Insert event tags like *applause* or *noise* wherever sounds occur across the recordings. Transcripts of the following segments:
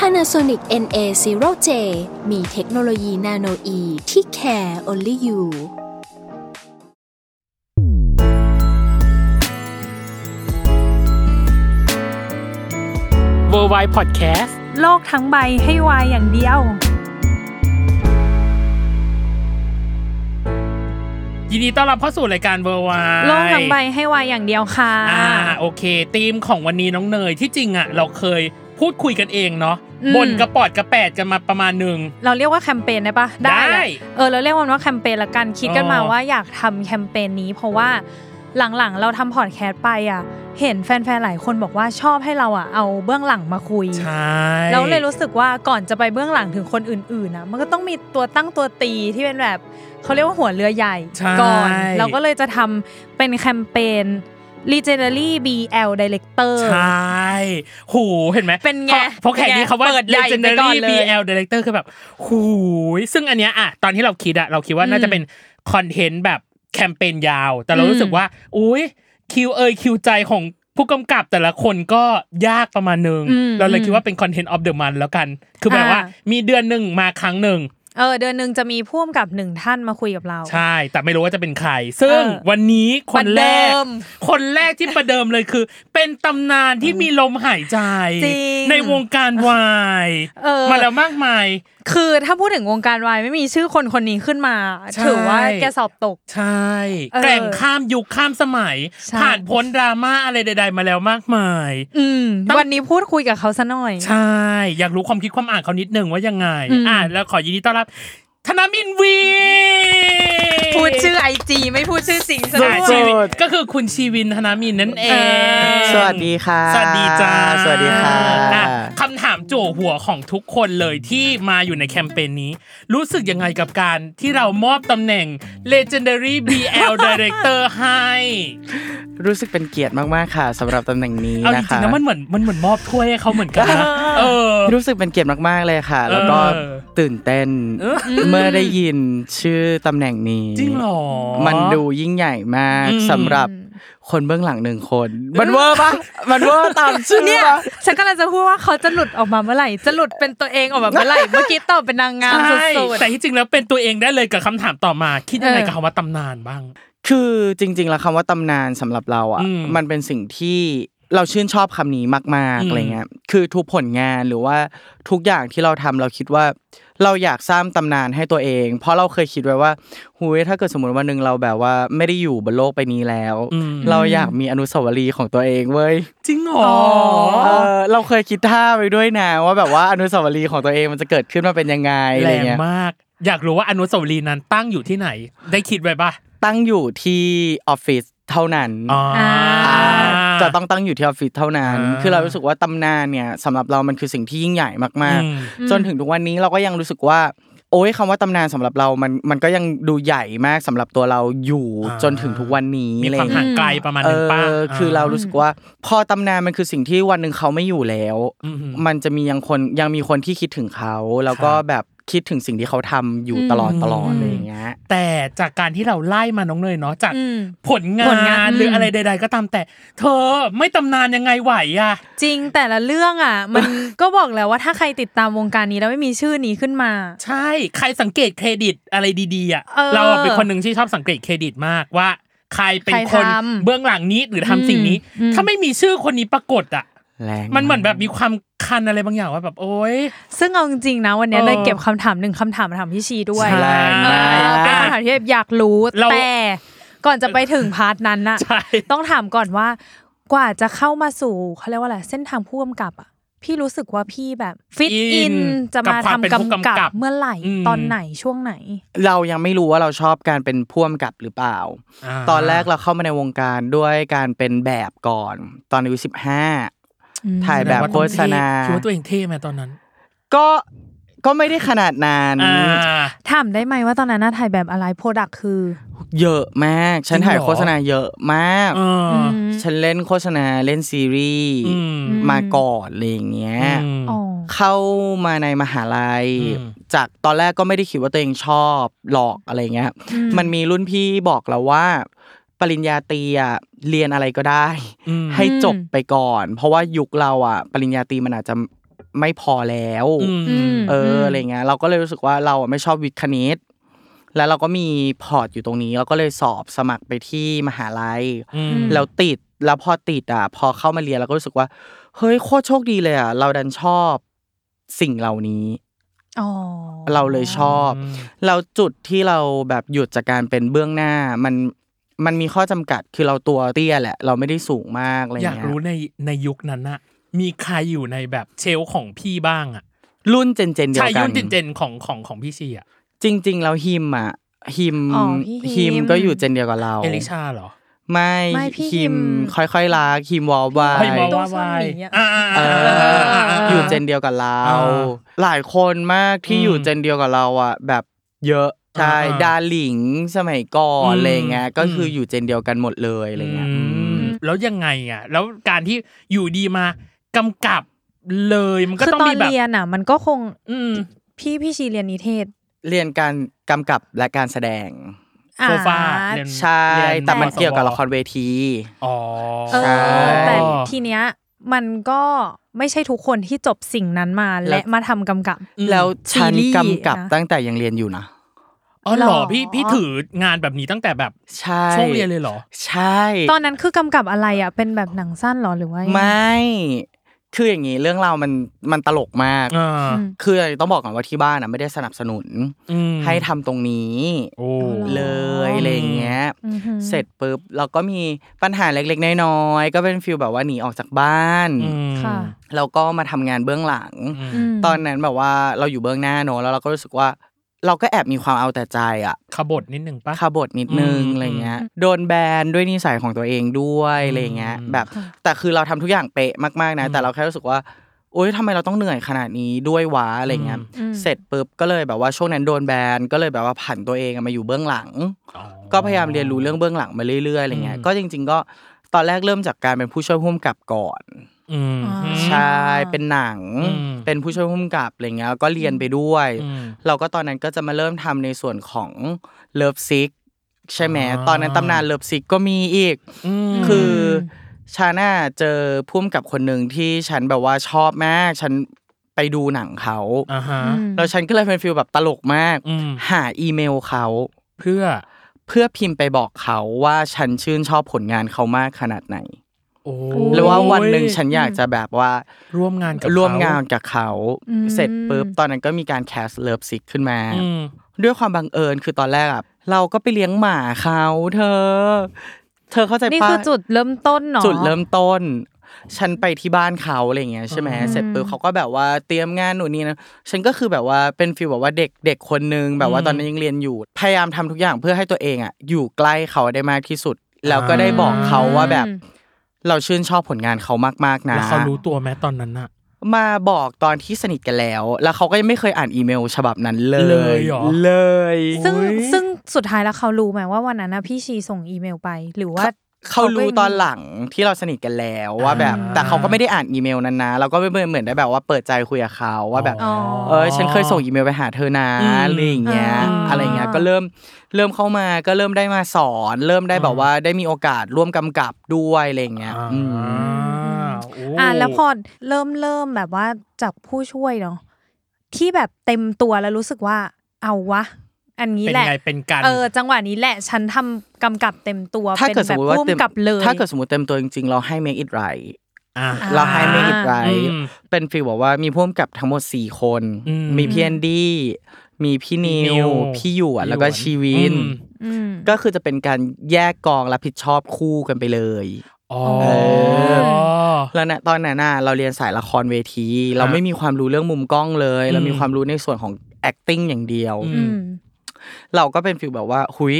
Panasonic NA0J มีเทคโนโลยีนาโนอีที่ care only you เวอร์ไวพอดแคสต์ โลกทั้งใบให้วายอย่างเดียว ยินดีต้อนรับเข้าสู่รายการเวอร์ไว โลกทั้งใบให้วายอย่างเดียวค่ะ อ่าโอเคธีมของวันนี้น้องเนยที่จริงอ่ะ เราเคยพูดคุยกันเองเนาะ อืม บนกระปอดกระแปดกันมาประมาณหนึ่ง เราเรียกว่าแคมเปญได้ปะแห ได้ ละเออเราเรียกมันว่าแคมเปญละกันคิดกันมา อ๋อ ว่าอยากทำแคมเปญนี้ เพราะว่าหลังๆ เราทำพอดแคสต์ไปอ่ะ เห็นแฟนๆหลายคนบอกว่าชอบให้เราอ่ะเอาเบื้องหลังมาคุย ใช่ เราเลยรู้สึกว่าก่อนจะไปเบื้องหลังถึงคนอื่นๆนะมันก็ต้องมีตัวตั้งตัวตีที่เป็นแบบเขาเรียกว่าหัวเรือใหญ่ ใช่ ก่อน เราก็เลยจะทำเป็นแคมเปญ Legendary BL Director ใช่โหูเห็นไหม เป็นไง พอเพราะแขก เป็นไง นี้เขาว่า เปิดใหญ่ไปก่อ legendary นเลย BL director คือแบบหูยซึ่งอันเนี้ยอะตอนที่เราคิดอะเราคิดว่าน่าจะเป็นคอนเทนต์แบบแคมเปญยาว แต่เรารู้สึกว่าอุ้ยคิวเอยคิวใจของผู้กำกับแต่ละคนก็ยากประมาณหนึ่ง อืม เราเลยคิดว่าเป็นคอนเทนต์ออฟเดอะมันแล้วกัน คือแบบ อ่า ว่ามีเดือนหนึ่งมาครั้งหนึ่ง เออเดือนหนึ่งจะมีพ่วมกับหนึ่งท่านมาคุยกับเรา ใช่ แต่ไม่รู้ว่าจะเป็นใคร ซึ่ง เออ วันนี้คนแรก ประเดิม คนแรกที่ประเดิมเลยคือ เป็นตำนานที่มีลมหายใจ จริง ในวงการวาย เออ มาแล้วมากมาย คือถ้าพูดถึงวงการวายไม่มีชื่อคนคนนี้ขึ้นมา ใช่ ถือว่าแกสอบตก ใช่ เออ แกร่งข้ามยุคข้ามสมัย ใช่ ผ่านพ้นดราม่าอะไรใด ๆ มาแล้วมากมาย อืม ต้อง วันนี้พูดคุยกับเขาซะหน่อย ใช่ อยากรู้ความคิดความอ่านเขานิดนึงว่ายังไง อืม อ่าแล้วขอยินดีต้อนรับ ธนามินวี พูดชื่อไอจีไม่พูดชื่อจริงซะด้ อ่า วย ชีวินก็คือคุณชีวินธนามินนั่นเอง สวัสดีค่ะ สวัสดีจ้า สวัสดีค่ะ อ่คำถามโจวหัวของทุกคนเลยที่มาอยู่ในแคมเปญนี้ รู้สึกยังไงกับการที่เรามอบตำแหน่ง Legendary BL Director ให้ รู้สึกเป็นเกียรติมากๆค่ะสำหรับตำแหน่งนี้ เอาจ นะ ริ คะ งๆนะมันเหมือนมันเหมือนมอบถ้วยให้เขาเหมือนกันนะเออ รู้สึกเป็นเกียรติมากๆเลยค่ะ เออ แล้วก็ตื่นเต้นเมื่อได้ยินชื่อตำแหน่งนี้ จริงเหรอ มันดูยิ่งใหญ่มาก อืม สำหรับคนเบื้องหลังหนึ่งคน มันเวอร์ปะมันเวอร์ตามชื่อ เนี่ย ปะ ฉันกำลังจะพูดว่าเขาจะหลุดออกมาเมื่อไหร่ จะหลุดเป็นตัวเองออกมาเมื่อไห *laughs* ร่ เมื่อกี้ตอบเป็นนางงาม ใช่ สุด แต่ที่จริงแล้วเป็นตัวเองได้เลยกับคำถามต่อมา คิดยังไง เออ กับคำว่าตำนานบ้าง คือจริงๆ แล้วคำว่าตำนานสำหรับเราอ่ะ อืม มันเป็นสิ่งที่เราชื่นชอบคำนี้มาก อืมๆอะไรเงี้ยคือทุกผลงานหรือว่าทุกอย่างที่เราทำเราคิดว่า เราอยากสร้างตำนานให้ตัวเอง เพราะเราเคยคิดไว้ว่าหูยถ้าเกิดสมมติวันหนึ่งเราแบบว่าไม่ได้อยู่บนโลกใบนี้แล้ว อืม เราอยากมีอนุสาวรีย์ของตัวเองเว้ย จริงเหรอ เออเราเคยคิดท่าไปด้วยนะว่าแบบว่าอนุสาวรีย์ของตัวเองมันจะเกิดขึ้นมาเป็นยังไงอะไร แรง เงี้ย มาก อยากรู้ว่าอนุสาวรีย์นั้นตั้งอยู่ที่ไหน ได้คิดไว้ป่ะ ตั้งอยู่ที่ออฟฟิศเท่านั้น อ๋ออ่า จะต้องตั้งอยู่ที่ออฟฟิศเท่านั้น อ่า คือเรารู้สึกว่าตำนานเนี่ยสำหรับเรามันคือสิ่งที่ยิ่งใหญ่มาก อืม ๆ จนถึงทุกวันนี้เราก็ยังรู้สึกว่า โอ้ยคำว่าตำนานสำหรับเรา มันมันก็ยังดูใหญ่มากสำหรับตัวเราอยู่ อ่า จนถึงทุกวันนี้ มี อะไร ความ เงี้ ห่าย งไกลประมาณ เอ นึงป้า อคือเรารู้สึกว่า พอตำนานมันคือสิ่งที่วันหนึ่งเขาไม่อยู่แล้ว อืม มันจะมียังคนยังมีคนที่คิดถึงเขา แล้วก็ ครับ แบบคิดถึงสิ่งที่เขาทำอยู่ตลอด อืม ตลอดอะไรอย่างเงี้ย แต่จากการที่เราไล่มาน้องเนยเนาะจาก อืม ผลงา ผลงาน น หรืออะไรใด ๆ ก็ตามแต่ เธอไม่ตำนานยังไงไหวอ่ะ ๆจริงแต่ละเรื่องอ่ะ มันก็บอกแล้วว่าถ้าใครติดตามวงการนี้แล้วไม่มีชื่อนี้ขึ้นมา ใช่ ใครสังเกตเครดิตอะไรดีๆอ่ะ เออ เราอะเป็นคนหนึ่งที่ชอบสังเกตเครดิตมากว่า ใครเป็น ใคร คน ทำ เบื้องหลังนี้หรือทำ อืม สิ่งนี้ อืม ถ้าไม่มีชื่อคนนี้ปรากฏอ่ะ แรง มันเหมือนแบบมีความคันอะไรบางอย่างว่าแบบโอ๊ย ซึ่งเอาจริงๆนะวันเนี้ย เออ เลยเก็บคำถามหนึ่งคำถามมาถามพี่ชีด้วย ใช่ แรง เอ มาก อเป็นคำถามที่แบบอยากรู้ เรา แต่ก่อนจะไปถึงพาร์ทนั้นน่ะ ใช่ ต้องถามก่อนว่ากว่าจะเข้ามาสู่เขาเรียกว่าอะไรเส้นทางผู้กำกับอ่ะพี่รู้สึกว่าพี่แบบฟิตอินจะมาทำกำกับเมื่อไหร่ตอนไหนช่วงไหน เรายังไม่รู้ว่าเราชอบการเป็นพ่วงกับหรือเปล่า า ตอนแรกเราเข้ามาในวงการด้วยการเป็นแบบก่อน ตอนอายุสิบห้า ถ่ายแบบ โฆษณา คิดว่าตัวเองเท่ไหมตอนนั้น ก็ ก็ไม่ได้ขนาดนั้น อ่า ถามได้ไหมว่าตอนนั้นน่ะถ่ายแบบอะไรโปรดักคือ เยอะมาก ฉันถ่าจยริงเหรอ โฆษณาเยอะมาก เออ ฉันเล่นโฆษณาเล่นซีรีส์ อืม มาก่อนอะไรอย่างเงี้ย อืม อ๋อ เข้ามาในมหาลัย อืม จากตอนแรกก็ไม่ได้คิดว่าตัวเองชอบหลอกอะไรเงี้ย อืม มันมีรุ่นพี่บอกเราว่า ปริญญาตรีอะเรียนอะไรก็ได้ อืม ให้จบไปก่อน เพราะว่ายุคเราอะปริญญาตรีมันอาจจะไม่พอแล้ว อืม เอออะไรเงี้ยเราก็เลยรู้สึกว่าเราอะไม่ชอบวิทย์คณิต แล้วเราก็มีพอร์ตอยู่ตรงนี้ เราก็เลยสอบสมัครไปที่มหาลัย อืม แล้วติดแล้วพอติดอ่ะ พอเข้ามาเรียนเราก็รู้สึกว่า เฮ้ยโคตรโชคดีเลยอ่ะ เราดันชอบสิ่งเหล่านี้ อ๋อ เราเลยชอบ อืม เราจุดที่เราแบบหยุดจากการเป็นเบื้องหน้า มันมันมีข้อจำกัดคือเราตัวเตี้ยแหละ เราไม่ได้สูงมากอะไร อ เงี้ ยาย กรู้ในในยุคนั้นอะมีใครอยู่ในแบบเชลฟ์ของพี่บ้างอะ รุ่นเจนเจนเดีย ชายว กั ยุ่ น นเจนๆของของของพี่ชีอะ จริง ๆ เราฮิมอ่ะฮิม อ๋อพี่ฮิ ฮิ ม มก็อยู่เจนเดียวกับเรา เอลิชาเหรอ ไม่ ไม่พี่ฮิ ฮิ ม มค่อยๆลากฮิมวอลวา ไอ้ ย มอ ตัว ว่า ซ่อน วาย หมีอะ อ่า เออ ๆๆ อยู่เจนเดียวกับเรา อ่า หลายคนมากที่ อืม อยู่เจนเดียวกับเราอ่ะแบบเยอะใช่ อ่าๆ ดาหลิงสมัยก่อน อืม อะไรเงี้ยก็คืออ ม อยู่เจนเดียวกันหมดเลยอะไรเงี้ย อื อื ม ม แล้วยังไงอะแล้วการที่อยู่ดีมากำกับเลยมันก็ คือ ต้อง ตอ มี น แบบ เรียนอ่ะ มันก็คง อืม พี่พี่ชีเรียนนิเทศ เรียนการกำกับและการแสดง โซฟา อ่ เรียน ใช่ เรียน แต่มัน มสว เกี่ยวกับละครเวที อ๋อ เอ ใช่ อแต่ทีเนี้ยมันก็ไม่ใช่ทุกคนที่จบสิ่งนั้นมาและมาทำกำกับ อืม แล้วฉัน ซีรีส์ กำกับ นะ ตั้งแต่ยังเรียนอยู่นะ อ๋อเหร หร อ อ พี่พี่ถืองานแบบนี้ตั้งแต่แบบ ใช่ ช่วงเรียนเลยเหรอ ใช่ ตอนนั้นคือกำกับอะไรอ่ะ เป็นแบบหนังสั้นเหรอหรือว่ายังไงไม่ คืออย่างนี้เรื่องราวมันมันตลกมาก อ่า อืม คือต้องบอกก่อนว่าที่บ้านอ่ะไม่ได้สนับสนุน อืม ให้ทำตรงนี้ โอ้ อ๋อ เลยอะไรอย่างเงี้ย อือหือ เสร็จปุ๊บเราก็มีปัญหาเล็กๆ น้อยๆ ก็เป็นฟิลแบบว่าหนีออกจากบ้าน อืม ค่ะ แล้วก็มาทำงานเบื้องหลัง อืม ม ตอนนั้นแบบว่าเราอยู่เบื้องหน้าเนอะแล้วเราก็รู้สึกว่า เราก็แอบมีความเอาแต่ใจอ่ะ ขบดนิดนึงปะ ขบถนิดนึง อืม อะไรเงี้ย โดนแบนด้วยนิสัยของตัวเองด้วยอะไรเงี้ย อืม แบบ แต่คือเราทำทุกอย่างเป๊ะมากๆนะ อืม แต่เราแค่รู้สึกว่าโอ๊ยทำไมเราต้องเหนื่อยขนาดนี้ด้วยวะอะไรเงี้ย อืม เสร็จปุ๊บก็เลยแบบว่าช่วงนั้นโดนแบนก็เลยแบบว่าผันตัวเองอะมาอยู่เบื้องหลัง อ๋อ ก็พยายามเรียนรู้เรื่องเบื้องหลังมาเรื่อยๆอะไรเงี้ อื ย ม ก็จริง ๆ ก็ตอนแรกเริ่มจากการเป็นผู้ช่วยผู้กำกับก่อน อืม า ใช่เป็นหนัง อืม เป็นผู้ช่วยผู้กำกับอะไรเงี้ยแล้วก็เรียนไปด้วย อืม เราก็ตอนนั้นก็จะมาเริ่มทำในส่วนของเลิฟซิกใช่ไหม อ่า ตอนนั้นตำนานเลิฟซิกก็มีอีก อืม คือชาน่าเจอพุ่มกับคนหนึ่งที่ฉันแบบว่าชอบมากฉันไปดูหนังเขา อ่าฮะ อืม แล้วฉันก็เลยเป็นฟิลแบบตลกมาก อืม หาอีเมลเขา เพื่อ เพื่อพิมพ์ไปบอกเขาว่าฉันชื่นชอบผลงานเขามากขนาดไหน โอ้ ย หรือว่าวันหนึ่งฉันอยากจะแบบว่า ร่วมงานกับเข ร่วมงานกับเขา อืม เสร็จปุ๊บตอนนั้นก็มีการแคสเลิฟซิกขึ้นมา อืม ด้วยความบังเอิญคือตอนแรกอะเราก็ไปเลี้ยงหมาเขาเธอ เธอเข้าใจ นี่ ปะ คือจุดเริ่มต้นเนาะ จุดเริ่มต้น ฉันไปที่บ้านเขาอะไรอย่างเงี้ยใช่ไหม อืม เสร็จปุ๊บเขาก็แบบว่าเตรียมงานหนูนนี่นะฉันก็คือแบบว่าเป็นฟิลแบบว่าเด็กเด็กคนนึงแบบว่า อืม ตอนนั้นยังเรียนอยู่พยายามทำทุกอย่างเพื่อให้ตัวเองอะอยู่ใกล้เขาได้มากที่สุด แล้วก็ได้บอกเขาว่าแบบ อืม เราชื่นชอบผลงานเขามากๆนะ แล้วเขารู้ตัวไหมตอนนั้นอะ มาบอกตอนที่สนิทกันแล้ว แล้วเขาก็ยังไม่เคยอ่านอีเมล ฉบับนั้นเลย เลยเหรอ เลย ซึ่ง โอ้ย ซึ่งสุดท้ายแล้วเขารู้ไหมว่าวันนั้นนะพี่ชีส่งอีเมลไป หรือว่า เขารู้ตอนหลังที่เราสนิทกันแล้วว่าแบบ อ่า แต่เขาก็ไม่ได้อ่านอีเมลนั้นนะ เราก็ไม่เหมือนได้แบบว่าเปิดใจคุยกับเขาว่าแบบ อ๋อ เออฉันเคยส่งอีเมลไปหาเธอนะ อืม อะไรอย่างเงี้ย อ่า อะไรเงี้ยก็เริ่มเริ่มเข้ามาก็เริ่มได้มาสอน เริ่มได้แบบว่าได้มีโอกาสร่วมกำกับด้วยอะไรเงี้ยอืม าโ อ่ะแล้วพอเริ่มเริ่มแบบว่าจากผู้ช่วยเนาะที่แบบเต็มตัวแล้วรู้สึกว่าเอาวะ อันนี้ เป็น แหละ ไงเป็นกัน เออจังหวะนี้แหละ ฉันทำกำกับเต็มตัว ถ้า เป็น เกิดส แบ ม บ มติว่า ร่วม เต็ม กับเลย ถ้าเกิดสมมติเต็มตัวจริงๆ เราให้ make it right อ่า เราให้ make it right อืม เป็นฟีลแบอกว่ามีพ่วมกับทั้งหมด 4 คน อืม มีพี่แอนดี้มีพี่นิ พี่นิ ว ว พี่หยวนแล้วก็ชีวิน อืม อืม ก็คือจะเป็นการแยกกองรับผิดชอบคู่กันไปเลย อ๋อ เอ อ แล้วนะตอนนั้นน่ะเราเรียนสายละครเวที เราไม่มีความรู้เรื่องมุมกล้องเลย อืม เรามีความรู้ในส่วนของ acting อย่างเดียว อื อืม เราก็เป็นฟิลแบบว่าหุย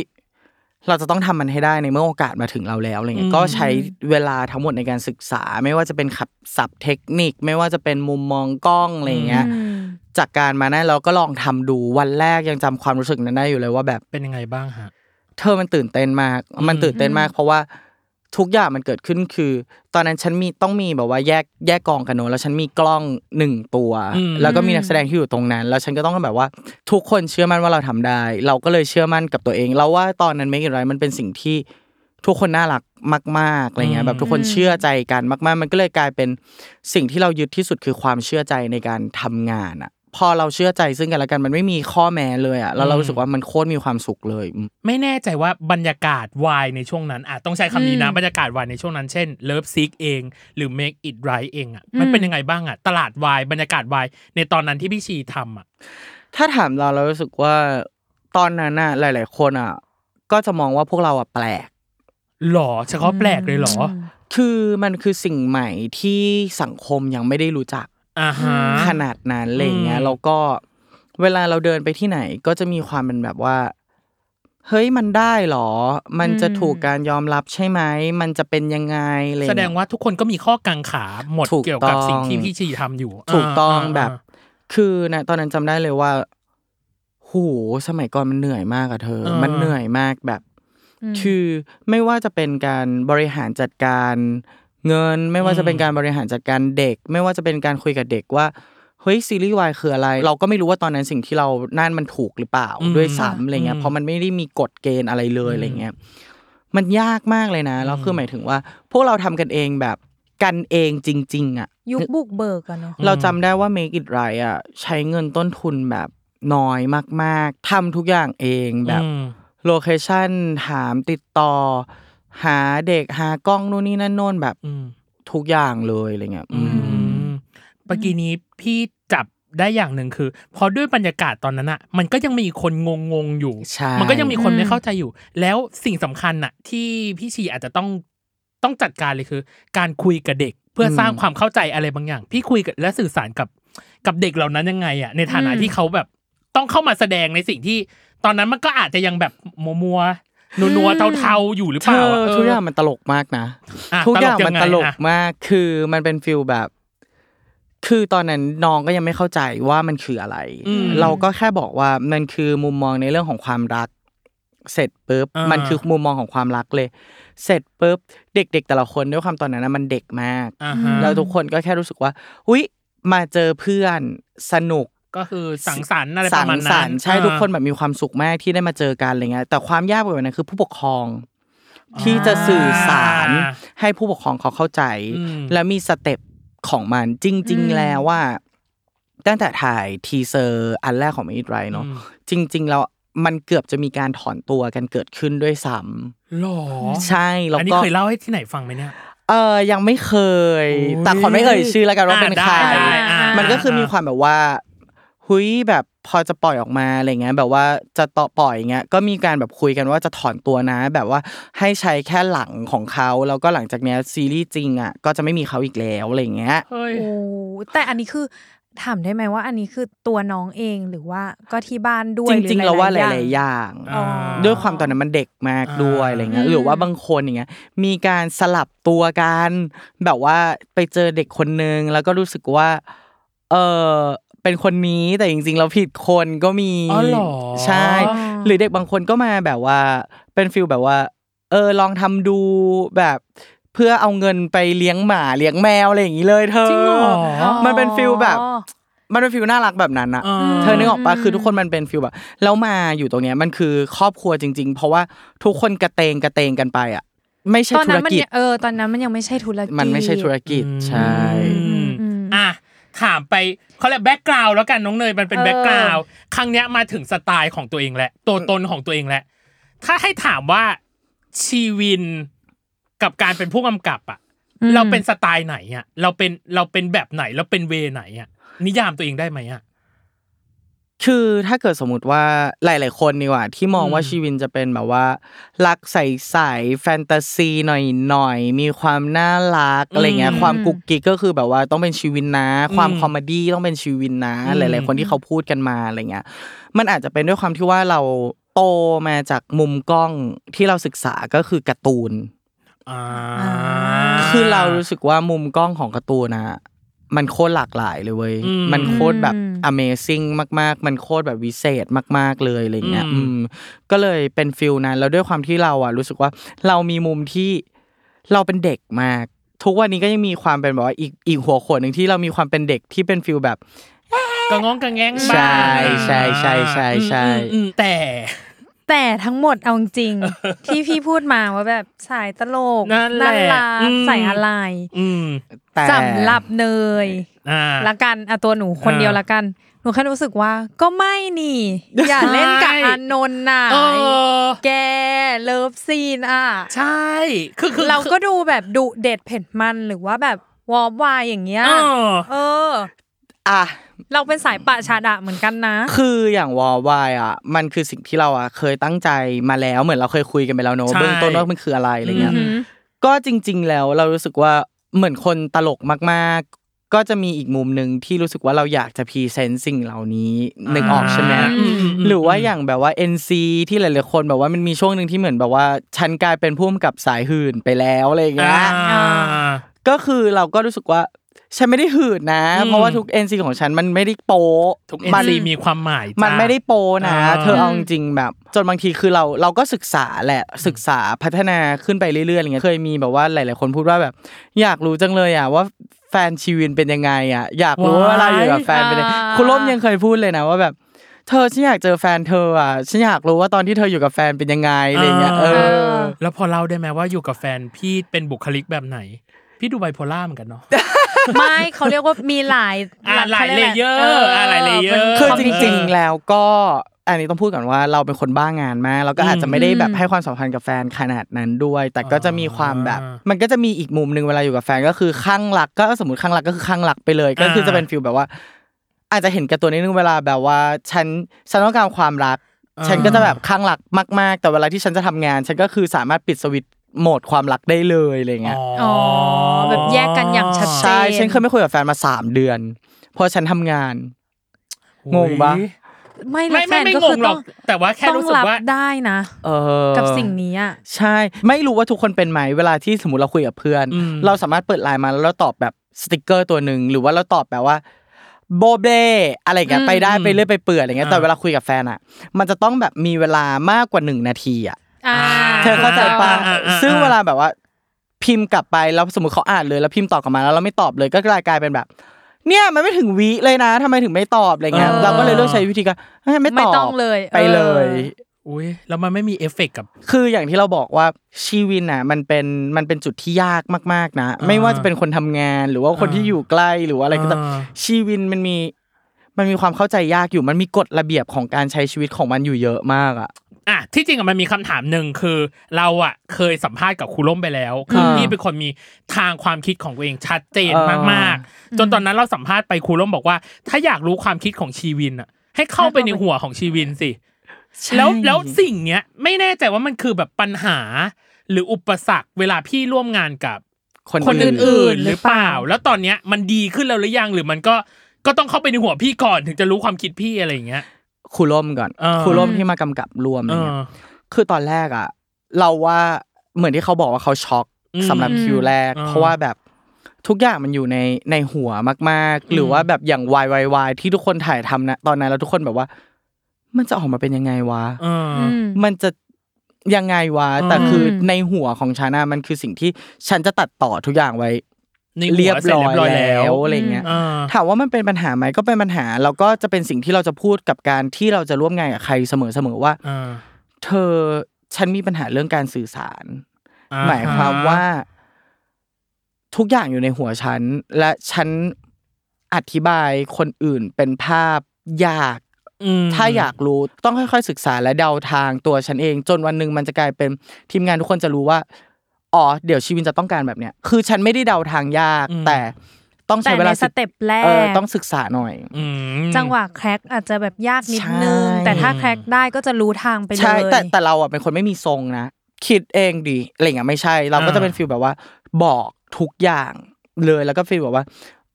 เราจะต้องทำมันให้ได้ในเมื่อโอกาสมาถึงเราแล้วอะไร อื เงี้ ม ยก็ใช้เวลาทั้งหมดในการศึกษา ไม่ว่าจะเป็นขับศัพท์เทคนิค ไม่ว่าจะเป็นมุมมองกล้องอะไรเงี้ย อืม จากการมานั่นเราก็ลองทำดูวันแรกยังจำความรู้สึกนั้นได้อยู่เลยว่าแบบ เป็นยังไงบ้างฮะ เธอมันตื่นเต้นมาก มันตื่นเต้นมาก เพราะว่าทุกอย่างมันเกิดขึ้นคือ ตอนนั้นฉันมีต้องมีแบบว่าแยกแยกกองกันเนอะแล้วฉันมีกล้องหนึ่งตัว อืม แล้วก็มีนักแสดงที่อยู่ตรงนั้น แล้วฉันก็ต้องแบบว่า ทุกคนเชื่อมั่นว่าเราทำได้ เราก็เลยเชื่อมั่นกับตัวเอง เราว่าตอนนั้น Make It Right มันเป็นสิ่งที่ทุกคนน่ารักมากๆอะไรเงี้ยแบบทุกคนเชื่อใจกันมาก ๆ มันก็เลยกลายเป็นสิ่งที่เรายึดที่สุดคือความเชื่อใจในการทำงานอะพอเราเชื่อใจซึ่งกันและกันมันไม่มีข้อแม้เลยอะแล้วเรารู้สึกว่ามันโคตรมีความสุขเลยอืม ไม่แน่ใจว่าบรรยากาศวายในช่วงนั้นอ่ะต้องใช้คำนี้นะ อืม บรรยากาศวายในช่วงนั้น เช่น Love Sick เอง หรือ Make It Right เองอ่ะมันเป็นยังไงบ้างอ่ะตลาดวายบรรยากาศวายในตอนนั้นที่พี่ชีทำอ่ะ ถ้าถามเราเรารู้สึกว่าตอนนั้นน่ะหลาย ๆ คนอ่ะก็จะมองว่าพวกเราอ่ะแปลก หรอเฉพาะแปลกเลยเหรอ คือมันคือสิ่งใหม่ที่สังคมยังไม่ได้รู้จัก อ่าฮะ ขนาดนั้นอะไรอย่างเงี้ อื ย ม แล้วก็เวลาเราเดินไปที่ไหนก็จะมีความเป็นแบบว่า เฮ้ยมันได้เหรอ มันจะ อืม ถูกการยอมรับใช่ไหมมันจะเป็นยังไงอะไรอย่ แสด เย งว่าทุกคนก็มีข้อกังขาหมด ถูก เกี่ยวกับสิ่งที่ ต้อง พี่ชีทำอยู่ ถูกต้อง า แบบ อ่า คือนะตอนนั้นจำได้เลยว่าโหสมัยก่อนมันเหนื่อยมากอะเธอ เออ มันเหนื่อยมากแบบ อืม คือไม่ว่าจะเป็นการบริหารจัดการเงิน ไม่ว่าจะเป็นการบริหารจัดการเด็ก ไม่ว่าจะเป็นการคุยกับเด็กว่าเฮ้ยซีรีส์วายคืออะไร เราก็ไม่รู้ว่าตอนนั้นสิ่งที่เรานั่นมันถูกหรือเปล่า อืม ด้วยซ้ำอะไรเงี้ อืมยเพราะมันไม่ได้มีกฎเกณฑ์อะไรเลยอะไรเงี้ยมันยากมากเลยนะแล้วคือหมายถึงว่า พวกเราทำกันเองแบบกันเองจริง ๆ อ่ะ ยุคบุกเบิกอะเนาะ อืม เราจำได้ว่า Make It Right อ่ะใช้เงินต้นทุนแบบน้อยมากๆทำทุกอย่างเองแบบ อืม โลเคชันถามติดต่อ หาเด็กหากล้องนู่นนี่นั่นโน่นแบบ อืม ทุกอย่างเลยอะไรเงี้ยอืม อืมเมื่อกี้นี้พี่จับได้อย่างหนึ่งคือพอด้วยบรรยากาศตอนนั้นอะมันก็ยังมีคนงงงๆอยู่ ใช่ มันก็ยังมีคน อืม ไม่เข้าใจอยู่ แล้วสิ่งสำคัญอะที่พี่ชีอาจจะต้องต้องจัดการเลยคือ การคุยกับเด็กเพื่อสร้างความเข้าใจอะไรบางอย่าง พี่คุยกับและสื่อสารกับกับเด็กเหล่านั้นยังไงอะในฐานะที่เขาแบบต้องเข้ามาแสดงในสิ่งที่ ตอนนั้นมันก็อาจจะยังแบบมัวมัวๆนัวๆเทาๆอยู่หรือ เธ เปล่า อ อะเออ ทุกอย่างมันตลกมากนะ ะ ทุกอย่างมันตลก ยัไงอะ มากคือมันเป็นฟิลแบบ คือตอนนั้นน้องก็ยังไม่เข้าใจว่ามันคืออะไร อืม เราก็แค่บอกว่ามันคือมุมมองในเรื่องของความรัก เสร็จปุ๊บ อ่ามั มันคือมุมมองของความรักเลย เสร็จปุ๊บเด็ก ๆ แต่ละคนด้วยความตอนนั้นนะมันเด็กมาก อ่าฮะ เราทุกคนก็แค่รู้สึกว่า อุ๊ย มาเจอเพื่อนสนุก ก็คือสังสรรค์อะไรประมาณ สังส นั้ ร น ค์ใช่ อ่า ทุกคนแบบมีความสุขมากที่ได้มาเจอกันอะไรเงี้ยแต่ความยากกว่านั้นคือผู้ปกครอง ที่จะสื่อสาร อ่า ให้ผู้ปกครองเขาเข้าใจ อืม และมีสเต็ปของมันจริง อืม ๆ แล้วว่า ตั้งแต่ถ่ายทีเซอร์อันแรกของมิดไรเนาะ อืม จริง ๆ แล้วมันเกือบจะมีการถอนตัวกันเกิดขึ้นด้วยซ้ หรอ ำใช่แล้ว อันนี้ ก็ เคยเล่าให้ที่ไหนฟังไหมเนี่ย เออยังไม่เคย โอ้ย แต่ขอไม่เอ่ยชื่อแล้วกันว่าเป็นใคร อ่าได้อ่ามั มันก็คือมีความแบบว่าหุยแบบพอจะปล่อยออกมาอะไรเงี้ย แบบว่าจะต่อปล่อยเงี้ยก็มีการแบบคุยกันว่าจะถอนตัวนะ แบบว่าให้ใช้แค่หลังของเขาแล้วก็หลังจากเนี้ยซีรีส์จริงอ่ะก็จะไม่มีเขาอีกแล้วอะไรเงี้ย เฮ้ย โอ้แต่อันนี้คือถามได้ไหมว่า อันนี้คือตัวน้องเองหรือว่าก็ที่บ้านด้วย จริงหๆอ เราว่าๆหลาย ๆ อง อย่าง อ๋อ ด้วยความตอนนั้นมันเด็กมากด้วย อ่า อะไรเงี้ย อืม หรือว่าบางคนอย่างเงี้ยมีการสลับตัวกันแบบว่าไปเจอเด็กคนนึงแล้วก็รู้สึกว่าเออเป็นคนนี้แต่จริงๆ เราผิดคนก็มี อ๋อเหรอ ใช่ หรือเด็กบางคนก็มาแบบว่าเป็นฟิลแบบว่า เออลองทำดูแบบเพื่อเอาเงินไปเลี้ยงหมาเลี้ยงแมวอะไรอย่างนี้เลยเธอ จริงเหรอ อ๋อ มันเป็นฟิลแบบ มันเป็นฟิลน่ารักแบบนั้นอะ เธอนึกออกปะ อืม คือทุกคนมันเป็นฟิลแบบแล้วมาอยู่ตรงเนี้ยมันคือครอบครัวจริง ๆ เพราะว่าทุกคนกระเตงกระเตงกันไปอ่ะ ไม่ใช่ ตอน ธุ นั้ ร นมัน กิจ ยังเออตอนนั้นมันยังไม่ใช่ธุรกิจ มันไม่ใช่ธุรกิจใช่ อืม อืม อ่ะ ถามไปเขาเรียกแบ็กกราวแล้วกันน้องเนยมันเป็น เออ แบ็กกราวครั้งเนี้ยมาถึงสไตล์ของตัวเองแหละ ตัวตนของตัวเองแหละ ถ้าให้ถามว่าชีวินกับการเป็นผู้กำกับอะเราเป็นสไตล์ไหนอะเราเป็นเราเป็นแบบไหนเราเป็นเวไหนอะนิยามตัวเองได้ไหมอะ คือถ้าเกิดสมมติว่าหลาย ๆ คนนี่ว่า ที่มองว่า อืม ชีวินจะเป็นแบบว่า รักใสๆแฟนตาซีหน่อยๆมีความน่ารักอะไรเงี้ย อืม ความกุ๊กกิ๊กก็คือแบบว่าต้องเป็นชีวินนะ ความคอมเมดี้ต้องเป็นชีวินนะ อืม หลาย ๆ คนที่เขาพูดกันมาอะไรเงี้ย มันอาจจะเป็นด้วยความที่ว่าเราโตมาจากมุมกล้องที่เราศึกษาก็คือการ์ตูน อ่า คือเรารู้สึกว่ามุมกล้องของการ์ตูนนะ มันโคตรหลากหลายเลยเว้ย อืม มันโคตรแบบ อืม Amazing มาก ๆ มันโคตรแบบวิเศษมาก ๆ เลยอะไรเงี้ย อื อื ม มก็เลยเป็นฟิลนั้นแล้วด้วยความที่เราอ่ะรู้สึกว่าเรามีมุมที่เราเป็นเด็กมาก ทุกวันนี้ก็ยังมีความเป็นแบบว่าอีกอีกหัวโขนหนึ่งที่เรามีความเป็นเด็กที่เป็นฟิลแบบ กระง้องกระแง้งบ้าง ใช่ใช่ใช่ใช่ใช่ อืมอืมอืมแต่ แต่ทั้งหมดเอาจริง *laughs* ๆ ที่พี่พูดมาว่าแบบสายตลก นั่นแหละ รัก อืม สายอะไร อืม แต่ สำหรับเนย อ่า ละกันอ่ะตัวหนูคน อ่า เดียวละกัน หนูแค่รู้สึกว่าก็ไม่นี่ อย่าเล่นกับ ใช่ อานนท์นะ เออ แกเลิฟซีนอ่ะ ใช่คือคือ เราก็ดูแบบดุเด็ดเผ็ดมันหรือว่าแบบวอร์บวายอย่างเงี้ย เออ เออ อ่ะ เราเป็นสายปะชาดะเหมือนกันนะ คืออย่างวอลวายอ่ะมันคือสิ่งที่เราอ่ะเคยตั้งใจมาแล้วเหมือนเราเคยคุยกันไปแล้วเนอะ ใช่ เบื้องต้นว่ามันคืออะไรอะไรเงี้ย อือหือ ก็จริง ๆ แล้วเรารู้สึกว่าเหมือนคนตลกมากๆ ก็จะมีอีกมุมหนึ่งที่รู้สึกว่าเราอยากจะพรีเซนต์สิ่งเหล่านี้นึกออกใช่ไหม อืมมม หรือว่าอย่างแบบว่า NC ที่หลายๆคนแบบว่ามันมีช่วงหนึ่งที่เหมือนแบบว่าฉันกลายเป็นผู้กำกับสายหื่นไปแล้วอะไรอย่างเงี้ย อ่า ก็คือเราก็รู้สึกว่าฉันไม่ได้หืดนะ อืม เพราะว่าทุก NC ของฉันมันไม่ได้โปะ ทุก มัน NC มีความหมายจ้ะ มันไม่ได้โปนะ อ่า เธอเอาจริงๆแบบ จนบางทีคือเราเราก็ศึกษาแหละศึกษาพัฒนาขึ้นไปเรื่อยๆอะไรเงี้ยเคยมีแบบว่าหลายๆคนพูดว่าแบบ อยากรู้จังเลยอ่ะว่าแฟนชีวินเป็นยังไงอ่ะอยากรู้ว่าเราอยู่กับแฟนเป็นยังไง อ่า คุณร่มยังเคยพูดเลยนะว่าแบบ เธอฉันอยากเจอแฟนเธออ่ะฉันอยากรู้ว่าตอนที่เธออยู่กับแฟนเป็นยังไงอะไรเงี้ยเอ เอ อ อ แล้วพอเล่าได้ไหมว่าอยู่กับแฟนพี่เป็นบุคลิกแบบไหน พี่ดูไบโพล่าเหมือนกันเนาะ ไม่เขาเรียกว่ามีหลาย อ่ะหลายเลเยอร์อ่ะหลายเลเยอร์ ป็น คือจ community ริงๆแล้วก็อันนี้ต้องพูดก่อนว่าเราเป็นคนบ้างานมาก แล้วก็อาจจะไม่ได้แบบให้ความสำคัญกับแฟนขนาดนั้นด้วย แต่ก็จะมีความแบบ อ่ามั มันก็จะมีอีกมุมหนึ่งเวลาอยู่กับแฟนก็คือข้างหลักก็สมมติข้างหลักก็คือข้างหลักไปเลย ก็คือจะเป็นฟิลแบบว่า อาจจะเห็นแกับตัวนิดนึงเวลาแบบว่า ฉันฉันต้องการความรัก อ่า ฉันก็จะแบบข้างหลักมาก ๆ แต่เวลาที่ฉันจะทำงาน ฉันก็คือสามารถปิดสวิตช์โหมดความรักได้เลยอะไรเงี้ย อ๋อแบบแยกกันอย่างชัดเจน ใช่ฉันเคยไม่คุยกับแฟนมาสามเดือนเพราะฉันทำงาน งงปะ ไม่ ไม่ แฟ ไม่ น ไม่ ก็ ง คื ง อ หร ต้ อ อก ง แต่ว่าแค่ ต้อง รู้สึก รับ ว่า ได้นะ เออ กับสิ่งนี้อ่ะ ใช่ไม่รู้ว่าทุกคนเป็นไหมเวลาที่สมมติเราคุยกับเพื่อน อืม เราสามารถเปิดไลน์มาแล้วเราตอบแบบสติกเกอร์ตัวหนึ่งหรือว่าเราตอบแบบว่าโบเบอะไรอย่างเงี้ย อืม ไปได้ไปเรื่อยไปเปื่อยอะไรเงี้ยแต่เวลาคุยกับแฟนอ่ะ มันจะต้องแบบมีเวลามากกว่าหนึ่งนาทีอ่ะ อ่า เธอเข้าใจปะ อ่าอ่า ซึ่งเวลาแบบว่า พิมพ์กลับไปแล้วสมมติเขาอ่านเลยแล้วพิมพ์ตอบกลับมาแล้วเราไม่ตอบเลยก็กลายกลายเป็นแบบ เนี่ยมันไม่ถึงวิเลยนะทำไมถึงไม่ตอบอะไรเงี้ย เออ เราก็เลยเลือกใช้วิธีการเอ้ยไม่ ไม่ ตอบ ต้องเลย ไปเลย ออ อุ้ยแล้วมันไม่มีเอฟเฟกต์กับ คืออย่างที่เราบอกว่าชีวินน่ะมันเป็นมันเป็นจุดที่ยากมากๆนะ อ่า ไม่ว่าจะเป็นคนทำงานหรือว่าคน อ่า ที่อยู่ใกล้หรือว่าอะไรก็ตาม อ่า ชีวินมันมีมันมีความเข้าใจยากอยู่มันมีกฎระเบียบของการใช้ชีวิตของมันอยู่เยอะมากอ่ะ อ่ะที่จริงอะมันมีคำถามหนึ่งคือ เราอะเคยสัมภาษณ์กับครูล่มไปแล้ว คือ เออ พี่เป็นคนมีทางความคิดของตัวเองชัดเจน เออ มากๆ จนตอนนั้นเราสัมภาษณ์ไปครูล่มบอกว่า ถ้าอยากรู้ความคิดของชีวินอะให้เข้าไปในหัวของชีวินสิ แล้วแล้วสิ่งเนี้ยไม่แน่ใจว่ามันคือแบบปัญหา หรืออุปสรรคเวลาพี่ร่วมงานกับ คน คน อื่น อื่นๆหๆหรื รือ อ เป เป ล่า ล่า แล้วตอนเนี้ยมันดีขึ้นแล้วหรือยังหรือมันก็ก็ต้องเข้าไปในหัวพี่ก่อนถึงจะรู้ความคิดพี่อะไรอย่างเงี้ย ครูร่มก่อน เออ ครูร่มที่มากำกับรวมอะไร เอ เงี้ อ ยคือตอนแรกอ่ะ เราว่าเหมือนที่เขาบอกว่าเขาช็อก อืม สำหรับคิวแรก อืม เพราะว่าแบบทุกอย่างมันอยู่ในในหัวมาก อืม ๆ หรือว่าแบบอย่างวายวายวายที่ทุกคนถ่ายทำนะตอนนั้นแล้วทุกคนแบบว่า มันจะออกมาเป็นยังไงวะ เออ อืม มันจะยังไงวะ อืม แต่คือในหัวของชาน่ามันคือสิ่งที่ฉันจะตัดต่อทุกอย่างไว้ ในหัว เรียบ สจ ร้อยแล้ว เ อะไรเงี้ย ออ ถามว่ามันเป็นปัญหาไหมก็เป็นปัญหาแล้วก็จะเป็นสิ่งที่เราจะพูดกับการที่เราจะร่วมงานกับใครเสมอๆว่า อ่า เธอฉันมีปัญหาเรื่องการสื่อสาร หมายความว่า ทุกอย่างอยู่ในหัวฉัน และฉันอธิบายคนอื่นเป็นภาพยาก อืม ถ้าอยากรู้ต้องค่อยๆศึกษาและเดาทางตัวฉันเอง จนวันหนึ่งมันจะกลายเป็นทีมงานทุกคนจะรู้ว่าอ๋อเดี๋ยวชีวินจะต้องการแบบเนี้ย คือฉันไม่ได้เดาทางยาก อืม แต่ต้องใช้ แต่ เว ใน ลา สเต็ปแร เออก ต้องศึกษาหน่อย อืม จังหวะแคร็กอาจจะแบบยากนิดนึง ใช่ แต่ถ้าแคร็กได้ก็จะรู้ทางไปเลย ใช่แต่แต่เราอ่ะเป็นคนไม่มีทรงนะ คิดเองดีอะไรอย่างเงี้ยไม่ใช่ เราก็ อ่า จะเป็นฟิลแบบว่า บอกทุกอย่างเลยแล้วก็ฟิลแบบว่า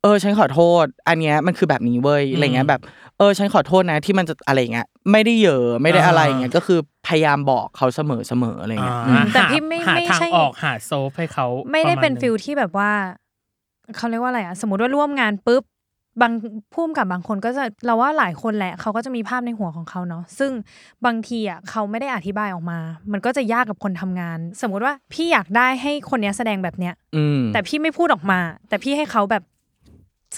เออฉันขอโทษ อันเนี้ยมันคือแบบนี้เว้ยอะไรเงี้ยแบบ เออฉันขอโทษนะที่มันจะอะไรเงี้ยไม่ได้เหยอะไม่ได้อะไรอย่างเงี้ยก็คือพยายามบอกเขาเสมอเสมออะไร อ่า เงี้ยอืม แต่พี่ไม่ หา ไม่ ทาง ใช่ ออกหาโซฟให้เขา ไม่ได้เป็น ระาณ ฟิลที่แบบว่า เขาเรียกว่าอะไรอ่ะสมมติว่าร่วมงานปุ๊บบางพุ่มกับบางคนก็จะเราว่าหลายคนแหละเขาก็จะมีภาพในหัวของเขาเนาะซึ่งบางทีอ่ะเขาไม่ได้อธิบายออกมา มันก็จะยากกับคนทำงาน สมมุติว่าพี่อยากได้ให้คนเนี้ยแสดงแบบเนี้ย อืม แต่พี่ไม่พูดออกมา แต่พี่ให้เขาแบบ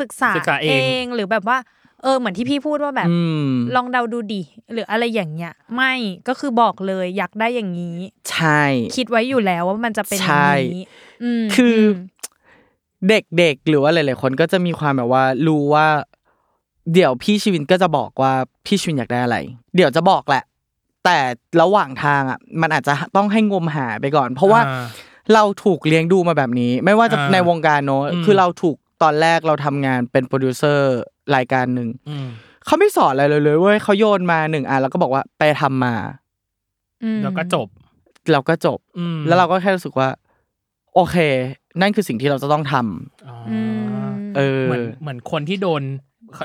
ศึกษา ศึกษาเอง งหรือแบบว่า เออเหมือนที่พี่พูดว่าแบบ อืม ลองเดาดูดิหรืออะไรอย่างเงี้ย ไม่ก็คือบอกเลยอยากได้อย่างนี้ ใช่ คิดไว้อยู่แล้วว่ามันจะเป็นอย่างนี้อืม คือ ม อเด็กๆ หรือว่าหลายๆคนก็จะมีความแบบว่ารู้ว่า เดี๋ยวพี่ชีวินก็จะบอกว่าพี่ชีวินอยากได้อะไร เดี๋ยวจะบอกแหละ แต่ระหว่างทางอ่ะมันอาจจะต้องให้งมหาไปก่อน เพราะว่า อ่า เราถูกเลี้ยงดูมาแบบนี้ ไม่ว่าจะ อ่า ในวงการเนอะ อืม คือเราถูกตอนแรกเราทำงานเป็นโปรดิวเซอร์รายการหนึ่ง อืม เขาไม่สอนอะไรเลยเลยเว้ยเขาโยนมาหนึ่งอ่ะแล้วก็บอกว่าไปทำมา แล้วก็จบ เราก็จบ อืม แล้วเราก็แค่รู้สึกว่า โอเค นั่นคือสิ่งที่เราจะต้องทำ อ๋ออ อืม เออ เหมือนเหมือนคนที่โดน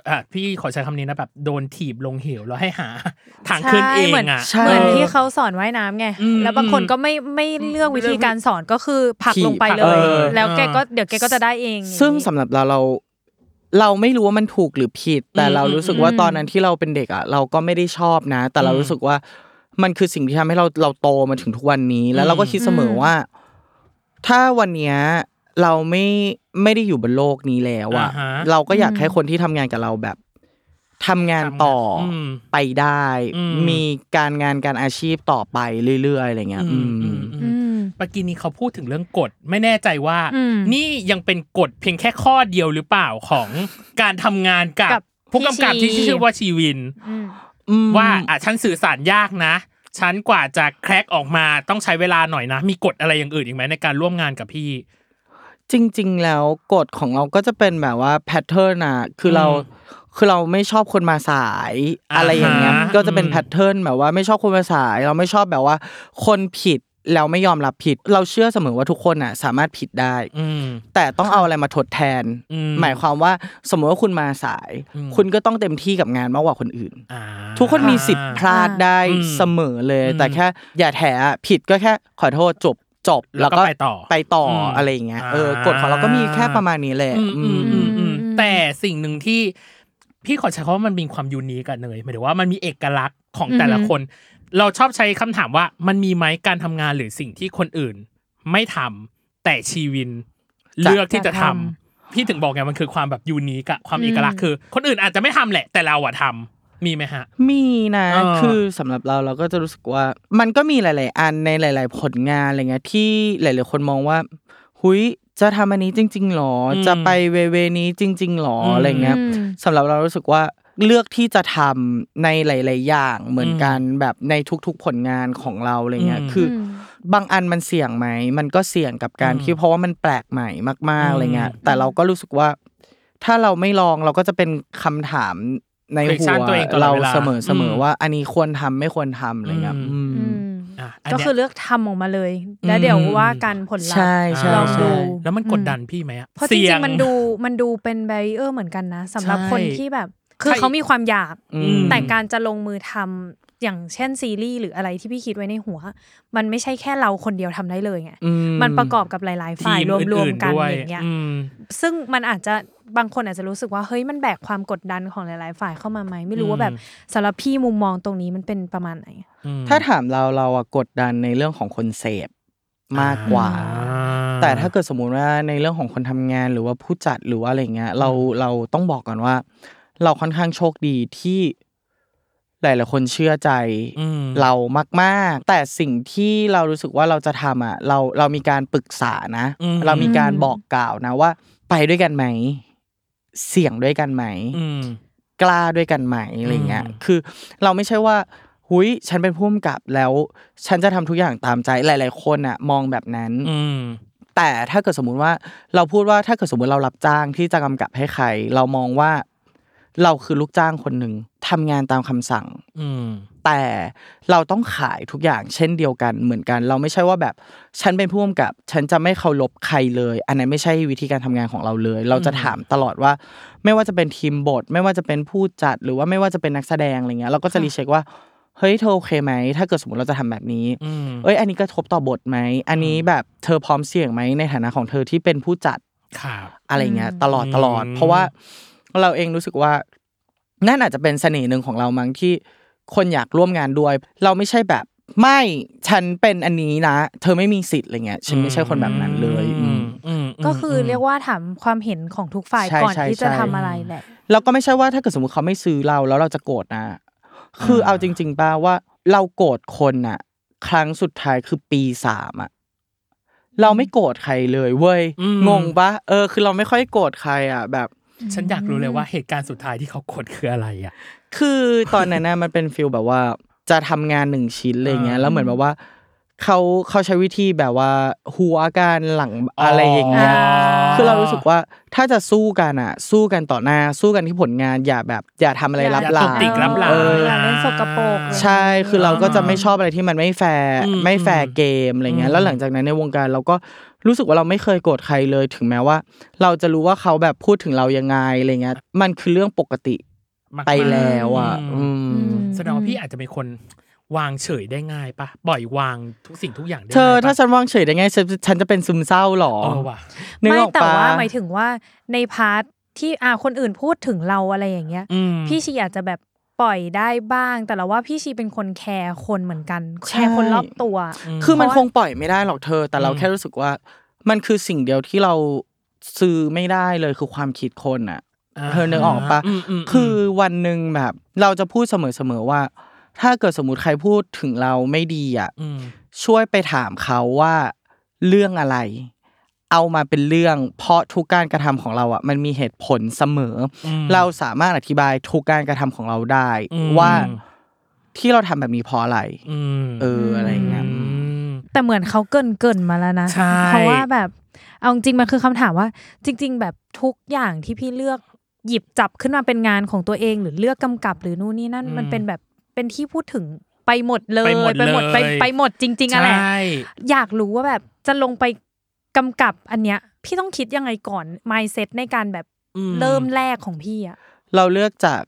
อ่ะพี่ขอใช้คำนี้นะแบบโดนถีบลงเหวแล้วให้หาทางขึ้นเอง ใช่เหมือน อ่ะ ใช่ เหมือนที่เขาสอนว่ายน้ำไง อืม แล้วบางคนก็ไม่ไม่เลือกวิธีการสอนก็คือผลักลงไปเล เอย อ แล้วแกก็เดี๋ยวแกก็จะได้เอง ซึ่ง อย่างนี้ สำหรับเราเรา เราไม่รู้ว่ามันถูกหรือผิด แต่ อืม เรารู้สึกว่า อืม ตอนนั้นที่เราเป็นเด็กอ่ะ เราก็ไม่ได้ชอบนะ แต่เรา อืม รู้สึกว่า มันคือสิ่งที่ทำให้เราเราโตมาถึงทุกวันนี้ แล้วเราก็ อืม คิดเสมอว่า ถ้าวันเนี้ยเราไม่ไม่ได้อยู่บนโลกนี้แล้วอ่ะ ฮะ เราก็อยากให้คนที่ทำงานกับเราแบบทำงานต่ออ ม ไปได้ อืม มีการงานการอาชีพต่อไปเรื่อยๆอะไรเงี้ย อืม อือืมมอื อื ม ม เมื่อกี้นี้เขาพูดถึงเรื่องกฎไม่แน่ใจว่า อืม นี่ยังเป็นกฎเพียงแค่ข้อเดียวหรือเปล่าของการทำงานกั กั บบ ผู้กำกับ พี่ ที่ ชี ชื่อว่าชีวิน อืม อืม ว่าอ่ะฉันสื่อสารยากนะ ฉันกว่าจะแครกออกมาต้องใช้เวลาหน่อยนะ มีกฎอะไรอย่างอื่นอีกไหมในการร่วมงานกับพี่ จริง ๆ แล้วกฎของเราก็จะเป็นแบบว่าแพทเทิร์นอะคือเรา อืม คือเราไม่ชอบคนมาสายอะไรอย่างเงี้ย อ่าฮะ ก็จะเป็น อืม แพทเทิร์นแบบว่าไม่ชอบคนมาสาย เราไม่ชอบแบบว่า คนผิดแล้วไม่ยอมรับผิด เราเชื่อเสมอว่าทุกคนอะสามารถผิดได้ อืม แต่ต้องเอาอะไรมาทดแทน อืม หมายความว่าสมมติว่าคุณมาสาย อืม คุณก็ต้องเต็มที่กับงานมากกว่าคนอื่น อ่า ทุกคนมีสิทธิ์พลาดได้ อืม เสมอเลย อืม แต่แค่อย่าแถอะผิดก็แค่ขอโทษจบจบ แล้วก็ไปต่อ ไปต่ออ ม อะไรอย่างเงี้ยเออ อ่าก ฎของเราก็มีแค่ประมาณนี้แหละ อืมอืมอือืม มอืม อืม แต่สิ่งหนึ่งที่พี่ขอใช้คำว่ามันมีความยูนิคอะเนยหมายถึงว่ามันมีเอกลักษณ์ของแต่ละคน เราชอบใช้คำถามว่ามันมีไหมการทำงานหรือสิ่งที่คนอื่น ไม่ทำแต่ชีวิน จะ เลือกที่จะทำ จะท พี่ถึงบอกไงมันคือความแบบยูนิคอะความเอกลักษณ์คือ คนอื่นอาจจะไม่ทำแหละ แต่เราอะทำมีไหมฮะ มีนะ อ่า คือสำหรับเราเราก็จะรู้สึกว่า มันก็มีหลาย ๆ อันในหลาย ๆ ผลงานอะไรเงี้ยที่หลาย ๆ คนมองว่า หุยจะทำอันนี้จริง ๆหรออ ม จะไปเวเวนี้จริง ๆหรอ อืม อะไรเงี้ย อืม สำหรับเรารู้สึกว่าเลือกที่จะทำในหลาย ๆ อย่างเหมือนกันแบบในทุกๆผลงานของเราอะไรเงี้ย อืม คืออบางอันมันเสี่ยงไหมมันก็เสี่ยงกับการ อืม ที่เพราะว่ามันแปลกใหม่มาก อื ๆ ม อะไรเงี้ยแต่เราก็รู้สึกว่า ถ้าเราไม่ลองเราก็จะเป็นคำถามในหั Friction ตัวเองตลอดเวลา เราเสมอเสมอ ม ว่า อันนี้ควรทำไม่ควรทำอะไรเงี้ย อืม อืม อืม อ่ะน ก็ เนี้ย คือเลือกทำออกมาเลย แล้วเดี๋ยวว่ากันผลลัพ ใช่ ธ์ ใช่ ลองดู ใช่ แล้วมันกดดันพี่ไหมอ เพราะจริ สี่ย งๆมันดูมันดูเป็นแบเออร์เหมือนกันนะสำหรับ ใช่ คนที่แบบ คือ ใช่ เขามีความอยาก อืม แต่การจะลงมือทำอย่างเช่นซีรีส์หรืออะไรที่พี่คิดไว้ในหัว มันไม่ใช่แค่เราคนเดียวทำได้เลยไง อืม มันประกอบกับหลาย ๆ ฝ่าย ที รวม อื่ ๆกัน ด้ว อย่างเงี้ย อืม ซึ่งมันอาจจะบางคนอาจจะรู้สึกว่าเฮ้ยมันแบกความกดดันของหลาย ๆ ฝ่ายเข้ามาไหมไม่รู้ อื ว่าม แบบสำหรับพี่มุมมองตรงนี้มันเป็นประมาณไหน อืม ถ้าถามเราเราอะกดดันในเรื่องของคนเสพมากกว่า อ่ แต่ถ้าเกิดสมมุติว่าในเรื่องของคนทำงานหรือว่าผู้จัดหรือว่าอะไรเงี้ยเราเราต้องบอกก่อนว่า เราค่อนข้างโชคดีที่หลายๆคนเชื่อใจ อืม เรามากๆ แต่สิ่งที่เรารู้สึกว่าเราจะทำอ่ะเราเรามีการปรึกษานะ อืม เรามีการบอกกล่าวนะว่า ไปด้วยกันไหม เสี่ยงด้วยกันไหม อืม กล้าด้วยกันไหมอะไรเงี้ย อืม คือเราไม่ใช่ว่า หุยฉันเป็นผู้กำกับแล้ว ฉันจะทำทุกอย่างตามใจหลาย ๆ คนอ่ะ มองแบบนั้น อืม แต่ถ้าเกิดสมมุติว่าเราพูดว่าถ้าเกิดสมมติเรารับจ้างที่จะกำกับให้ใคร เรามองว่า เราคือลูกจ้างคนหนึ่งทำงานตามคำสั่ง อืม แต่เราต้องขายทุกอย่างเช่นเดียวกันเหมือนกัน เราไม่ใช่ว่าแบบฉันเป็นผู้กำกับ ฉันจะไม่เคารพใครเลย อันนั้นไม่ใช่วิธีการทำงานของเราเลย เราจะถามตลอดว่า ไม่ว่าจะเป็นทีมบท ไม่ว่าจะเป็นผู้จัดหรือว่าไม่ว่าจะเป็นนักแสดงอะไรเงี้ยเราก็จะรีเช็คว่าเฮ้ยเธอโอเคไหมถ้าเกิดสมมติเราจะทำแบบนี้ อืม เอ้ยอันนี้กระทบต่อบทไหม อันนี้แบบเธอพร้อมเสี่ยงไหมในฐานะของเธอที่เป็นผู้จัด ครับ อะไรเงี้ย อืม ตลอดตลอด อืม เพราะว่าเราเองรู้สึกว่านั่นอาจจะเป็นเสน่ห์หนึ่งของเรามั้งที่คนอยากร่วมงานด้วย เราไม่ใช่แบบไม่ฉันเป็นอันนี้นะ เธอไม่มีสิทธิ์อะไรเงี้ยฉันไม่ใช่คนแบบนั้นเลยอืม อืมม ก็คือเรียกว่าถามความเห็นของทุกฝ่าย ใช่ ก่อน ใช่ ที่จะ ใช่ ทำอะไรแหละ แล้วก็ไม่ใช่ว่าถ้าเกิดสมมติเขาไม่ซื้อเราแล้วเราจะโกรธนะ คือเอาจริง ๆป้าว่าเราโกรธคนน่ะ ครั้งสุดท้ายคือปีสามอะเราไม่โกรธใครเลยเว้ย อืม งงปะเออ คือเราไม่ค่อยโกรธใครอ่ะแบบ ฉันอยากรู้เลยว่าเหตุการณ์สุดท้ายที่เขากดคืออะไรอ่ะ คือตอนนั้นนะ มันเป็นฟิลแบบว่าจะทำงานหนึ่งชิ้นอะไรเงี้ย อ่า แล้วเหมือนแบบว่าเขาเขาใช้วิธีแบบว่าหัวกันหลังอะไรอย่างเงี้ย อ๋อ คือเรารู้สึกว่าถ้าจะสู้กันอ่ะ สู้กันต่อหน้าสู้กันที่ผลงานอย่าแบบอย่าทำอะไรลับหลั อย่าตุ ง กติกลับหลัง เออ เราเล่นสกปรก ใช่ คือเราก็จะไม่ชอบอะไรที่มันไม่แฟร์ อืม ไม่แฟร์เกมอะไรเงี้ อืมยแล้วหลังจากนั้นในวงการเราก็รู้สึกว่าเราไม่เคยโกรธใครเลย ถึงแม้ว่า เราจะรู้ว่าเขาแบบพูดถึงเรายังไงอะไรเงี้ย มันคือเรื่องปกติ มากๆ ไปแล้วอ่ะ อืม อืม แสดงว่าพี่อาจจะเป็นคนวางเฉยได้ง่ายปะปล่อยวางทุกสิ่งทุกอย่างได้ เธอ ง่ยปะ ถ้าฉันวางเฉยได้ไงฉันฉันจะเป็นซึมเศร้าหรอ เออว่ะ นึก ไม่ ออก แต่ ปะ ว่าหมายถึงว่าในพาร์ทที่อาคนอื่นพูดถึงเราอะไรอย่างเงี้ย อืม พี่ชีอาจจะแบบปล่อยได้บ้าง แต่เราว่าพี่ชีเป็นคนแคร์คนเหมือนกันแคร์คนรอบตัว คือมัน เพราะ คงปล่อยไม่ได้หรอกเธอ แต่เรา อืม แค่รู้สึกว่า มันคือสิ่งเดียวที่เราซื้อไม่ได้เลยคือความคิดคนอ่ะ เธอนึกออกปะ มมม คือวันหนึ่งแบบ เราจะพูดเสมอๆว่า ถ้าเกิดสมมติใครพูดถึงเราไม่ดีอ่ะ อืม ช่วยไปถามเขาว่าเรื่องอะไร เอามาเป็นเรื่อง เพราะทุกการกระทำของเราอ่ะ มันมีเหตุผลเสมออ ม เราสามารถอธิบายทุกการกระทำของเราได้ อืม ว่าที่เราทำแบบนี้เพราะอะไร อืม เอออะไรอย่างเงี้ย ม แต่เหมือนเขาเกินเกินๆมาแล้วนะ ใช่ เพราะว่าแบบเอาจริงๆมันคือคำถามว่า จริง ๆ แบบทุกอย่างที่พี่เลือกหยิบจับขึ้นมาเป็นงานของตัวเอง หรือเลือกกำกับหรือนู่นนี่นั่น อืม มันเป็นแบบเป็นที่พูดถึงไปหมดเลย ไปหมด ไป เลย ไปหมดจริงๆอะแหละ ใช่ อยากรู้ว่าแบบจะลงไปกำกับอันเนี้ย พี่ต้องคิดยังไงก่อน mindset ในการแบบ อืม เริ่มแรกของพี่อะ เราเลือกจาก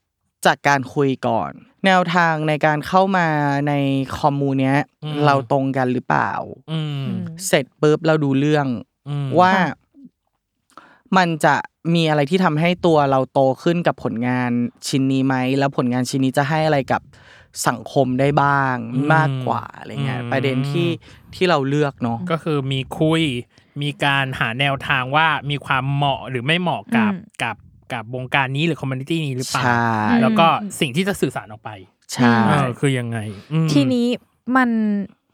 จากการคุยก่อน แนวทางในการเข้ามาในคอมมูเนี้ย อืม เราตรงกันหรือเปล่า อืม อืม เสร็จปุ๊บเราดูเรื่อง อืม ว่า ค่ะ มันจะมีอะไรที่ทำให้ตัวเราโตขึ้นกับผลงานชิ้นนี้ไหมแล้วผลงานชิ้นนี้จะให้อะไรกับสังคมได้บ้าง อืม มากกว่าอะไรเงี้ย อืม ประเด็นที่ที่เราเลือกเนาะ ก็คือมีคุย มีการหาแนวทางว่ามีความเหมาะหรือไม่เหมาะกับ อืม กับกับวงการนี้หรือคอมมูนิตี้นี้หรือเป ใช ล่า ่ แล้วก็สิ่งที่จะสื่อสารออกไป ใช่ เออคือยังไงอืม ทีนี้มัน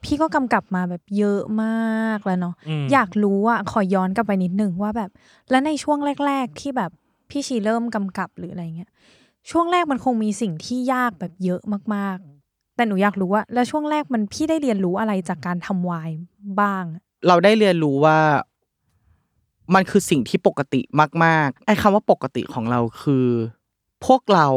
พี่ก็กำกับมาแบบเยอะมากแล้วเนาะ อืม อยากรู้ว่าขอย้อนกลับไปนิดนึงว่าแบบ แล้วในช่วงแรก ๆ ที่แบบพี่ชีเริ่มกำกับหรืออะไรเงี้ยช่วงแรกมันคงมีสิ่งที่ยากแบบเยอะมากๆ แต่หนูอยากรู้ว่า แล้วช่วงแรกมันพี่ได้เรียนรู้อะไรจากการทำวายบ้าง เราได้เรียนรู้ว่า มันคือสิ่งที่ปกติมากๆไอ้คำว่าปกติของเราคือ พวกเรา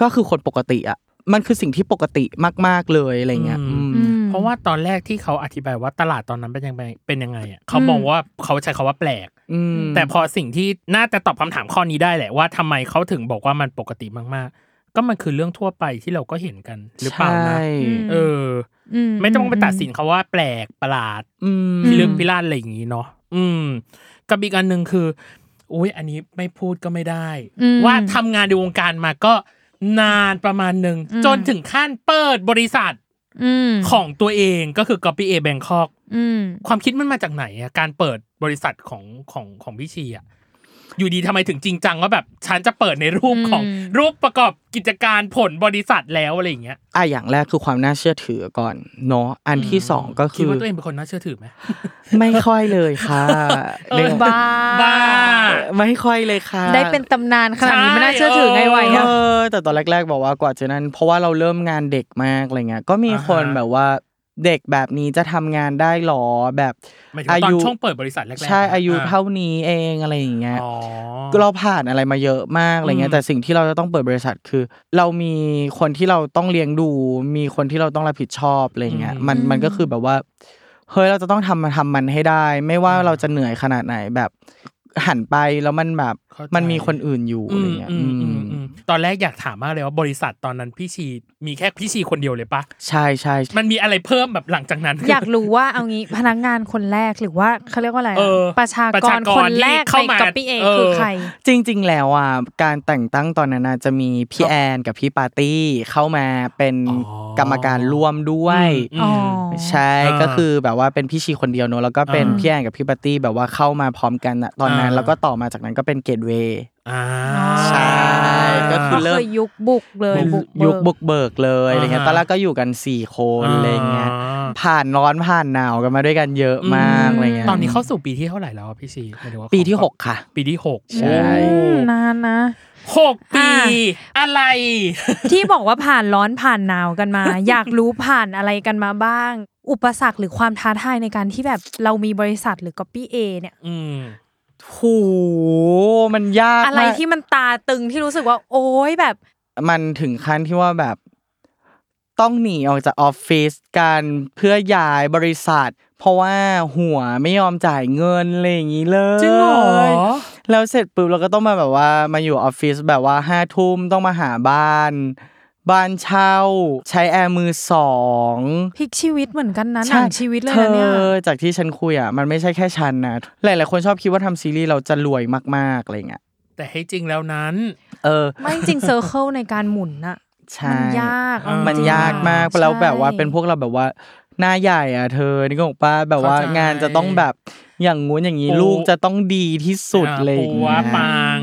ก็คือคนปกติอะมันคือสิ่งที่ปกติมาก ๆเลยอะไรเงี้ย อืม อืม เพราะว่าตอนแรกที่เขาอธิบายว่าตลาดตอนนั้นเป็นยังไงเป็นยังไงอ่ะเขาบอกว่าเขาใช้คาว่าแปลก อืม แต่พอสิ่งที่น่าจะตอบคำถามข้อนี้ได้แหละว่าทำไมเขาถึงบอกว่ามันปกติมากๆ ก็มันคือเรื่องทั่วไปที่เราก็เห็นกันหรือเปล่านะ ใช่ เออ ไม่ต้องไปตัดสินเขาว่าแปลกประหลาด อืม พิลึกพิลั่นอะไรอย่างนี้เนาะ อืม กับอีกอันหนึ่งคือ อุ้ยอันนี้ไม่พูดก็ไม่ได้ อืม ว่าทำงานในวงการมาก็นานประมาณหนึ่ง อืม จนถึงขั้นเปิดบริษัท อืม ของตัวเองก็คือ Copy A Bangkok อืม ความคิดมันมาจากไหนอะการเปิดบริษัทของของของพี่ชีอะอยู่ดีทำไมถึงจริงจังว่าแบบ ฉันจะเปิดในรูปของ อืม รูปประกอบกิจการผลบริษัทแล้วอะไรอย่างเงี้ย อ่ะอย่างแรกคือความน่าเชื่อถือก่อนเนาะอันที่สองก็ คิ คื ด อ ว่าตัวเองเป็นคนน่าเชื่อถือไหม ไม่ค่อยเลยค่ะ เออ ไม่ บ้า บ้า ไม่ค่อยเลยค่ะ ได้เป็นตำนานขนาดนี้ไม่น่าเชื่อถือไงไหว เอ อะ อแต่ตอนแรก ๆ บอกว่ากว่าจะนั้น เพราะว่าเราเริ่มงานเด็กมากอะไรเงี้ยก็มี อ่าฮะ คนแบบว่าเด็กแบบนี้จะทำงานได้หรอแบบ หมายถึงว่าตอนช่วงเปิดบริษัทแรกๆ ใช่อายุ ะ เท่านี้เองอะไรอย่างเงี้ย อ๋อ เราผ่านอะไรมาเยอะมากอะไรเงี้ อื ย ม แต่สิ่งที่เราจะต้องเปิดบริษัทคือ เรามีคนที่เราต้องเลี้ยงดู มีคนที่เราต้องรับผิดชอบอะไรเงี้ยมัน อืม มันก็คือแบบว่าเฮ้ยเราจะต้องทำมันทำมันให้ได้ ไม่ว่าเราจะเหนื่อยขนาดไหนแบบหันไปแล้วมันแบบ เข้าใจ มันมีคนอื่นอยู่ อื อะไร ม เงี้ย อืมอื อื ม ม อืมตอนแรกอยากถามมากเลยว่าบริษัทตอนนั้นพี่ชีมีแค่พี่ชีคนเดียวเลยปะ ใช่ใช่ มันมีอะไรเพิ่มแบบหลังจากนั้น อยากรู้ว่าเอางี้พนักงานคนแรกหรือว่าเขาเรียกว่าอะไรอะ เออ ประชา ประ ก ชาร กร คนแรก ที่เข้า ใน มา กับพี่เอ เออ คือใคร จริง ๆ แล้วอ่ะการแต่งตั้งตอนนั้นน่ะจะมีพี่แอนกับพี่ปาร์ตี้เข้ามาเป็น อ๋อก รรมการร่วมด้วย อืม อ๋อ ใช่ อ่า ก็คือแบบว่าเป็นพี่ชีคนเดียวเนอะแล้วก็เป็น อ่า พี่แอนกับพี่ปาร์ตี้แบบว่าเข้ามาพร้อมกันอะตอนนั้น อ่า แล้วก็ต่อมาจากนั้นก็เป็นเกตเวย์ อ่า ใช่ ก็คื ก็ เริ่ คื ม อยุคบุกเลยบุกเบิ ยุ ก คบุกเบิกเลยอะไรเงี้ยตอนแรกก็อยู่กันสี่คนอะไรเงี้ยผ่านร้อนผ่านหนาวกันมาด้วยกันเยอะมาก อืม อะไรเงี้ย ตอนนี้เข้าสู่ปีที่เท่าไหร่แล้วอะพี่ชีหมายถึงว่า ปีที่ เขา 6 ค่ะ ปีที่หก ใช่ อืมนานนะ หกปี อ่า อะไร ที่บอกว่าผ่านร้อนผ่านหนาวกันมา *laughs* อยากรู้ผ่านอะไรกันมาบ้าง อุปสรรคหรือความท้าทายในการที่แบบเรามีบริษัทหรือก๊อปปี้เอเนี่ย อืม โหมันยาก อะไร มาก ที่มันตาตึงที่รู้สึกว่า โอ๊ยแบบ มันถึงขั้นที่ว่าแบบต้องหนีออกจากออฟฟิศกันเพื่อย้ายบริษัท เพราะว่าหัวไม่ยอมจ่ายเงินอะไรอย่างนี้เลย จริงเหรอ แล้วเสร็จปุ๊บเราก็ต้องมาแบบว่ามาอยู่ออฟฟิศแบบว่าห้าทุ่มต้องมาหาบ้าน บ้านเช่า ใช้แอร์มือสอง พลิกชีวิตเหมือนกันนะห ใ นังชีวิตเลย เธ นะเนี่ย อจากที่ฉันคุยอ่ะมันไม่ใช่แค่ฉันนะหลายๆคนชอบคิดว่าทำซีรีส์เราจะรวยมากๆอะไรเงี้ย แต่ให้จริงแล้วนั้น เออ ไม่จริงเซอร์เคิลในการหมุนน่ะ ใช่ มันยากเอจริง มันยากมาก ใช่ แล้วแบบว่าเป็นพวกเราแบบว่า หน้าใหญ่อ่ะเธอนี่ก็บอกป้าแบบว่า เข้าใจ งานจะต้องแบบอย่างงู้นอย่างนี้ ปู ลูกจะต้องดีที่สุดเลยอย่าง ปัว เงี้ย ปัง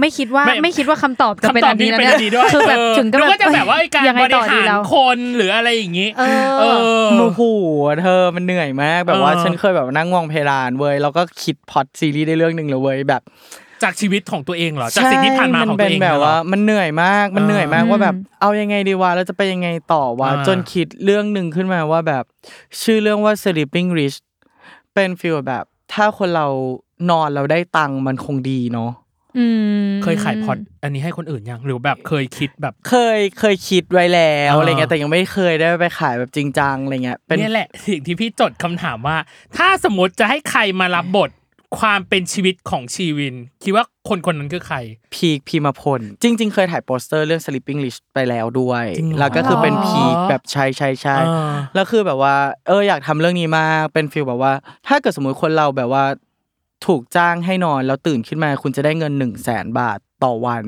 ไม่คิดว่า ไม่ ไม่คิดว่าคำตอบจะเป็น คำตอ อั บ น นี้ นี้นะ เป็น เนี่ย อันนี้ด้วย คือแบบ เออ ถึงก็ นึว่าจะแบบว่าไอ้การ ยังไง บริ ต่อดี หาร แล้ว คนหรืออะไรอย่างนี้ เออ เออ โอ้โหเธอมันเหนื่อยมากแบบว่า เออ ฉันเคยแบบนั่งมองเพดานเว้ยแล้วก็คิดพล็อดซีรีส์ได้เรื่องหนึ่งเลยเว้ยแบบ จากชีวิตของตัวเองเหรอ จากสิ่งที่ผ่านมาของ ใช่ ตัวเอง นป็นแบบ เหรอ ว่ามันเหนื่อยมากมันเหนื่อยมาก เออ ว่าแบบ อืม เอายังไงดีวะเราจะไปยังไงต่อวะ อ่า จนคิดเรื่องหนึ่งขึ้นมาว่าแบบ ชื่อเรื่องว่า sleeping rich เป็นฟีลแบบ ถ้าคนเรานอนเราได้ตังค์มันคงดีเนาะ อืม เคยขายพอดอันนี้ให้คนอื่นยังหรือแบบเคยคิดแบบ เคยเคยคิดไว้แล้ว อ่า อะไรเงี้ยแต่ยังไม่เคยได้ไปขายแบบจริงจังอะไรเงี้ยเป็น เนี่ยแหละ สิ่งที่พี่จดคำถามว่า ถ้าสมมติจะให้ใครมารับบทความเป็นชีวิตของชีวิน คิดว่าคนคนนั้นคือใคร พีคพีมาพลจริง ๆ เคยถ่ายโปสเตอร์เรื่อง Sleeping Rich ไปแล้วด้วย จริงเหรอ แล้วก็คือเป็น หรอ พีคแบบใช่ใช่ใช่ อ่า แล้วคือแบบว่า เอออยากทำเรื่องนี้มากเป็นฟีลแบบว่า ถ้าเกิดสมมุติคนเราแบบว่า ถูกจ้างให้นอนแล้วตื่นขึ้นมา คุณจะได้เงินหนึ่งแสนบาทต่อวัน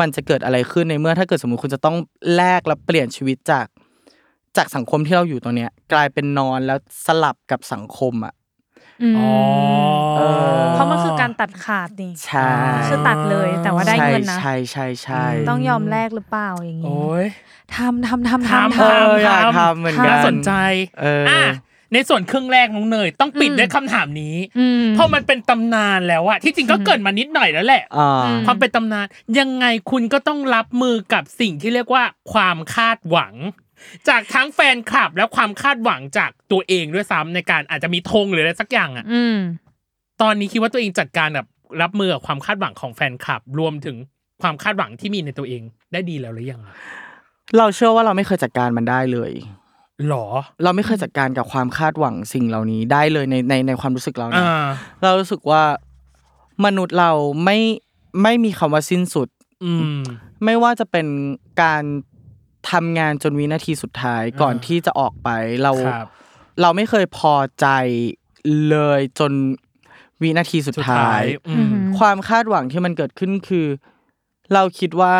มันจะเกิดอะไรขึ้นในเมื่อ ถ้าเกิดสมมุติคุณจะต้องแลกและเปลี่ยนชีวิตจาก จากสังคมที่เราอยู่ตอนเนี้ย กลายเป็นนอนแล้วสลับกับสังคมอ่ะ อืม อ๋อ เออ เพราะมันคือการตัดขาดนี่ ใช่ คือตัดเลยแต่ว่าได้เงินนะ ใช่ใช่ใช่ใช่ ต้องยอมแลกหรือเปล่าอย่างนี้ โอ้ย ทำทำทำทำ ทำ ท เอออยาก ทำ ทำเหมือนกัน น่าสนใจ เอออ อ่ะในส่วนครึ่งแรกน้องเนย ต้องปิด อืม ด้วยคำถามนี้ ำอืม เพราะมันเป็นตำนานแล้วอะที่จริงก็เกิดมานิดหน่อยแล้วแหละ อ่า ม ความเป็นตำนาน ยังไงคุณก็ต้องรับมือกับสิ่งที่เรียกว่าความคาดหวัง จากทั้งแฟนคลับและความคาดหวังจากตัวเองด้วยซ้ำในการอาจจะมีธงหรืออะไรสักอย่างอะ อืม ตอนนี้คิดว่าตัวเองจัดการแบบรับมือกับความคาดหวังของแฟนคลับ รวมถึงความคาดหวังที่มีในตัวเองได้ดีแล้วหรือยังอะ เราเชื่อว่าเราไม่เคยจัดการมันได้เลย หรอ เราไม่เคยจัดการกับความคาดหวังสิ่งเหล่านี้ได้เลยในในในความรู้สึกเรานะ อ่า เรารู้สึกว่ามนุษย์เราไม่ไม่มีคำว่าสิ้นสุด อืม ไม่ว่าจะเป็นการทำงานจนวินาทีสุดท้ายก่อน อ่า ที่จะออกไปเรา ครับ เราไม่เคยพอใจเลยจนวินาทีสุด สุด ท้า ท้าย ยอืม ม ความคาดหวังที่มันเกิดขึ้นคือ เราคิดว่า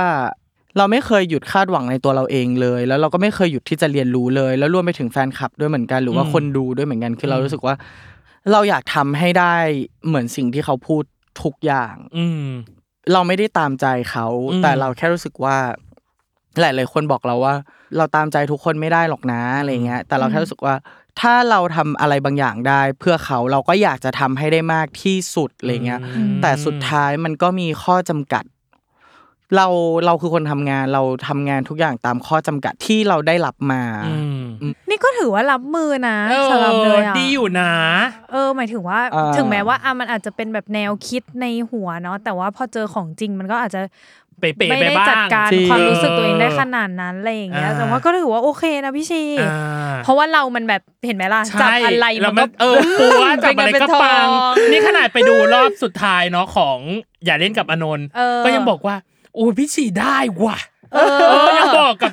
เราไม่เคยหยุดคาดหวังในตัวเราเองเลย แล้วเราก็ไม่เคยหยุดที่จะเรียนรู้เลย แล้วรวมไปถึงแฟนคลับด้วยเหมือนกัน หรือว่า อืม คนดูด้วยเหมือนกันคือเรา อืม รู้สึกว่า เราอยากทำให้ได้เหมือนสิ่งที่เขาพูดทุกอย่าง อืม เราไม่ได้ตามใจเขา อืม แต่เราแค่รู้สึกว่าหลาย ๆ คนบอกเราว่า เราตามใจทุกคนไม่ได้หรอกนะอะไรเงี้ย แต่เราแค่รู้สึกว่า ถ้าเราทำอะไรบางอย่างได้ เพื่อเขาเราก็อยากจะทำให้ได้มากที่สุดอะไรเงี้ย อืม แต่สุดท้ายมันก็มีข้อจำกัด เราเราคือคนทำงานเราทำงานทุกอย่างตามข้อจำกัดที่เราได้รับมา อืม นี่ก็ถือว่ารับมือนะ เออ สำหรับเลยอ่ะ ดีอยู่นะ เออหมายถึงว่า อ่า ถึงแม้ว่าอ่ะมันอาจจะเป็นแบบแนวคิดในหัวเนาะแต่ว่าพอเจอของจริงมันก็อาจจะ เป๋ๆ ไม่ ไป ได้ บ้าง จัดการ จริง ความรู้สึกตัวเองได้ขนาดนั้นอะไรอย่างเงี้ย อ่า แต่ว่าก็ถือว่าโอเคนะพี่ชี อ่า เพราะว่าเรามันแบบเห็นไหมล่ะ ใช่ จับอะไร แล้ว มันก็ เออปัวจับอะไร เป็น ก็ เนเป็นท ปัง อ นี่ขนาดไปดูรอบสุดท้ายเนาะของอย่าเล่นกับอนนท์ เออ ก็ยังบอกว่า โอ้ยพี่ฉี่ได้ว่ะ เอ เอ อ อยังบอกกับ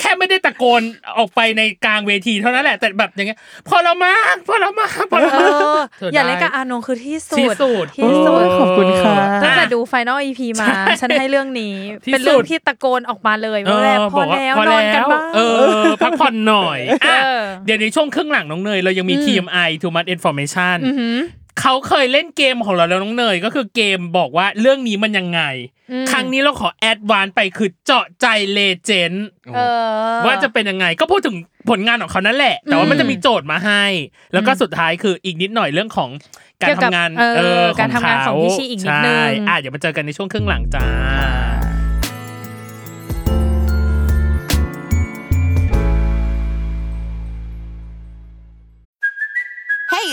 แค่ไม่ได้ตะโกนออกไปในกลางเวทีเท่านั้นแหละ แต่แบบอย่างเงี้ย พอแล้วมากพอแล้วมากพอแล้ว เอ มาก อ เธอได้ อย่าเล่นกับอานงคือที่สุด ที่สุด ที่สุด เ ขอบคุณค่ะ ตั้งแต่ อ่ะ ดูไฟน a ลอีพีมา ใช่ ฉันให้เรื่องนี้ ที่ เป็นเรื่อ สุดงที่ตะโกนออกมาเลย เอ ว่า อ แบบพ บ อ อกว่า แล้ว พอน อน แล้ กัน ว บ้าง เออ พักผ่อนหน่อยอ่ะ เออ เดี๋ยวในช่วงครึ่งหลังน้องเนย เรายังมี TMI Too Much Information อหือ เขาเคยเล่นเกมของเราแล้วน้องเนยก็คือเกมบอกว่าเรื่องนี้มันยังไง อืม ครั้งนี้เราขอแอดวานซ์ไปคือเจาะใจเลเจนด์ เออ ว่าจะเป็นยังไงก็พูดถึงผลงานของเขานั่นแหละ แต่ว่ามันจะมีโจทย์มาให้ แล้วก็สุดท้ายคืออีกนิดหน่อยเรื่องของการ เกี่ยวกับ ทำงาน เออ ข การทำงานของ เข พี่ชี่อีกนิดนึง ใช่อ่ะเดี๋ยวมาเจอกันในช่วงครึ่งหลังจ้า Hey,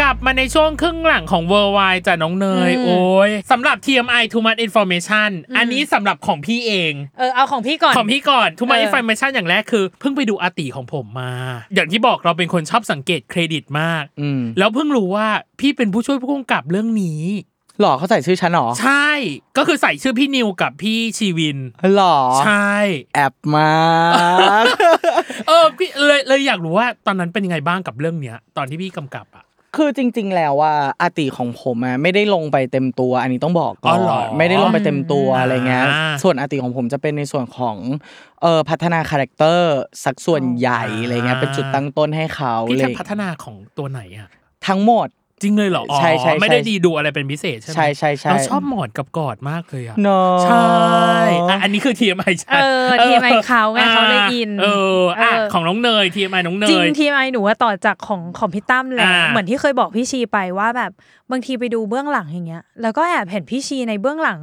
กลับมาในช่วงครึ่งหลังของ Worldwide จ้ะน้องเนย โอ้ยสำหรับ TMI Too Much Information อันนี้สำหรับของพี่เอง เออเอาของพี่ก่อน ของพี่ก่อนทุกมา เออ อินฟ r เมชันอย่างแรกคือ เพิ่งไปดูอาติของผมมา อย่างที่บอกเราเป็นคนชอบสังเกตเครดิตมาก อืม แล้วเพิ่งรู้ว่าพี่เป็นผู้ช่วยผู้กำกับเรื่องนี้ หล่อเขาใส่ชื่อฉันเหรอ ใช่ ก็คือใส่ชื่อพี่นิวกับพี่ชีวิน หล่อ ใช่ แอบมาก *laughs* เออพี่เลยเลยอยากรู้ว่าตอนนั้นเป็นยังไงบ้างกับเรื่องเนี้ย ตอนที่พี่กำกับอ่ะ คือจริง ๆ แล้วว่าอาติของผมอะไม่ได้ลงไปเต็มตัว อันนี้ต้องบอก อ๋ ก่อ อเหรอน ไม่ได้ลงไปเต็มตัว อืม อะไรเงี้ย อ่า ส่วนอาติของผมจะเป็นในส่วนของเอ่อพัฒนาคาแรคเตอร์สักส่วนใหญ่ อ๋ออ อะไรเงี้ยเป็นจุดตั้งต้นให้เขา พี่ เล จะ ย พัฒนาของตัวไหนอ่ะ ทั้งหมด จริงเลยเหรออ๋อ ใช่ใช่ใช่ ไม่ได้ดีดูอะไรเป็นพิเศษใช่ไหม ใช่ใช่ใช่ เราชอบหมอดกับกอดมากเลยอ่ะ เนาะ ใช่อ่ะอันนี้คือ TMI ใช่ เออ TMI เขาไงเขาได้ยิน เอออ่ะ เออ ของน้องเนย TMI น้องเน จริง ย ทีไอหนูว่าต่อจากของของพี่ตั้มแหละ อ่า เหมือนที่เคยบอกพี่ชีไปว่าแบบบางทีไปดูเบื้องหลังอย่างเงี้ย แล้วก็แอบเห็นพี่ชีในเบื้องหลัง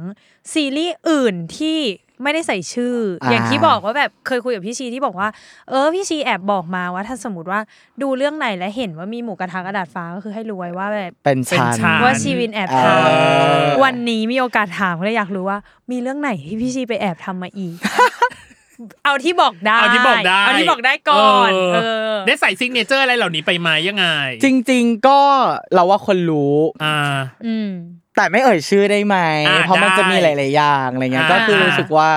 ซีรีส์อื่นที่ไม่ได้ใส่ชื่ออ อ่า อย่างที่บอกว่าแบบเคยคุยกับพี่ชีที่บอกว่า เออพี่ชีแอบบอกมาว่าถ้าสมมติว่าดูเรื่องไหนและเห็นว่ามีหมูกระทะกระดาษฟ้าก็คือให้รู้ไว้ว่าแบบ เป็นชัเป็นนชั้น ว่าชีวินแอบท เออ ำวันนี้มีโอกาสถามก็เลยอยากรู้ว่า มีเรื่องไหนที่พี่ชีไปแอบทำมาอีก *laughs* เอาที่บอกได้ เอาที่บอกได้ เอาที่บอกได้ก่อน เ เออ ได้ใส่ซิกเนเจอร์อะไรเหล่านี้ไปไหมยังไง จริง ๆ ก็เราว่าคนรู้ อ่า อืม แต่ไม่เอ่ยชื่อได้ไหม อ่ะ เพราะมันจะมีห ได้ ลาย ๆ อย่างอะไรเงี้ย อ่า ก็คือรู้สึกว่า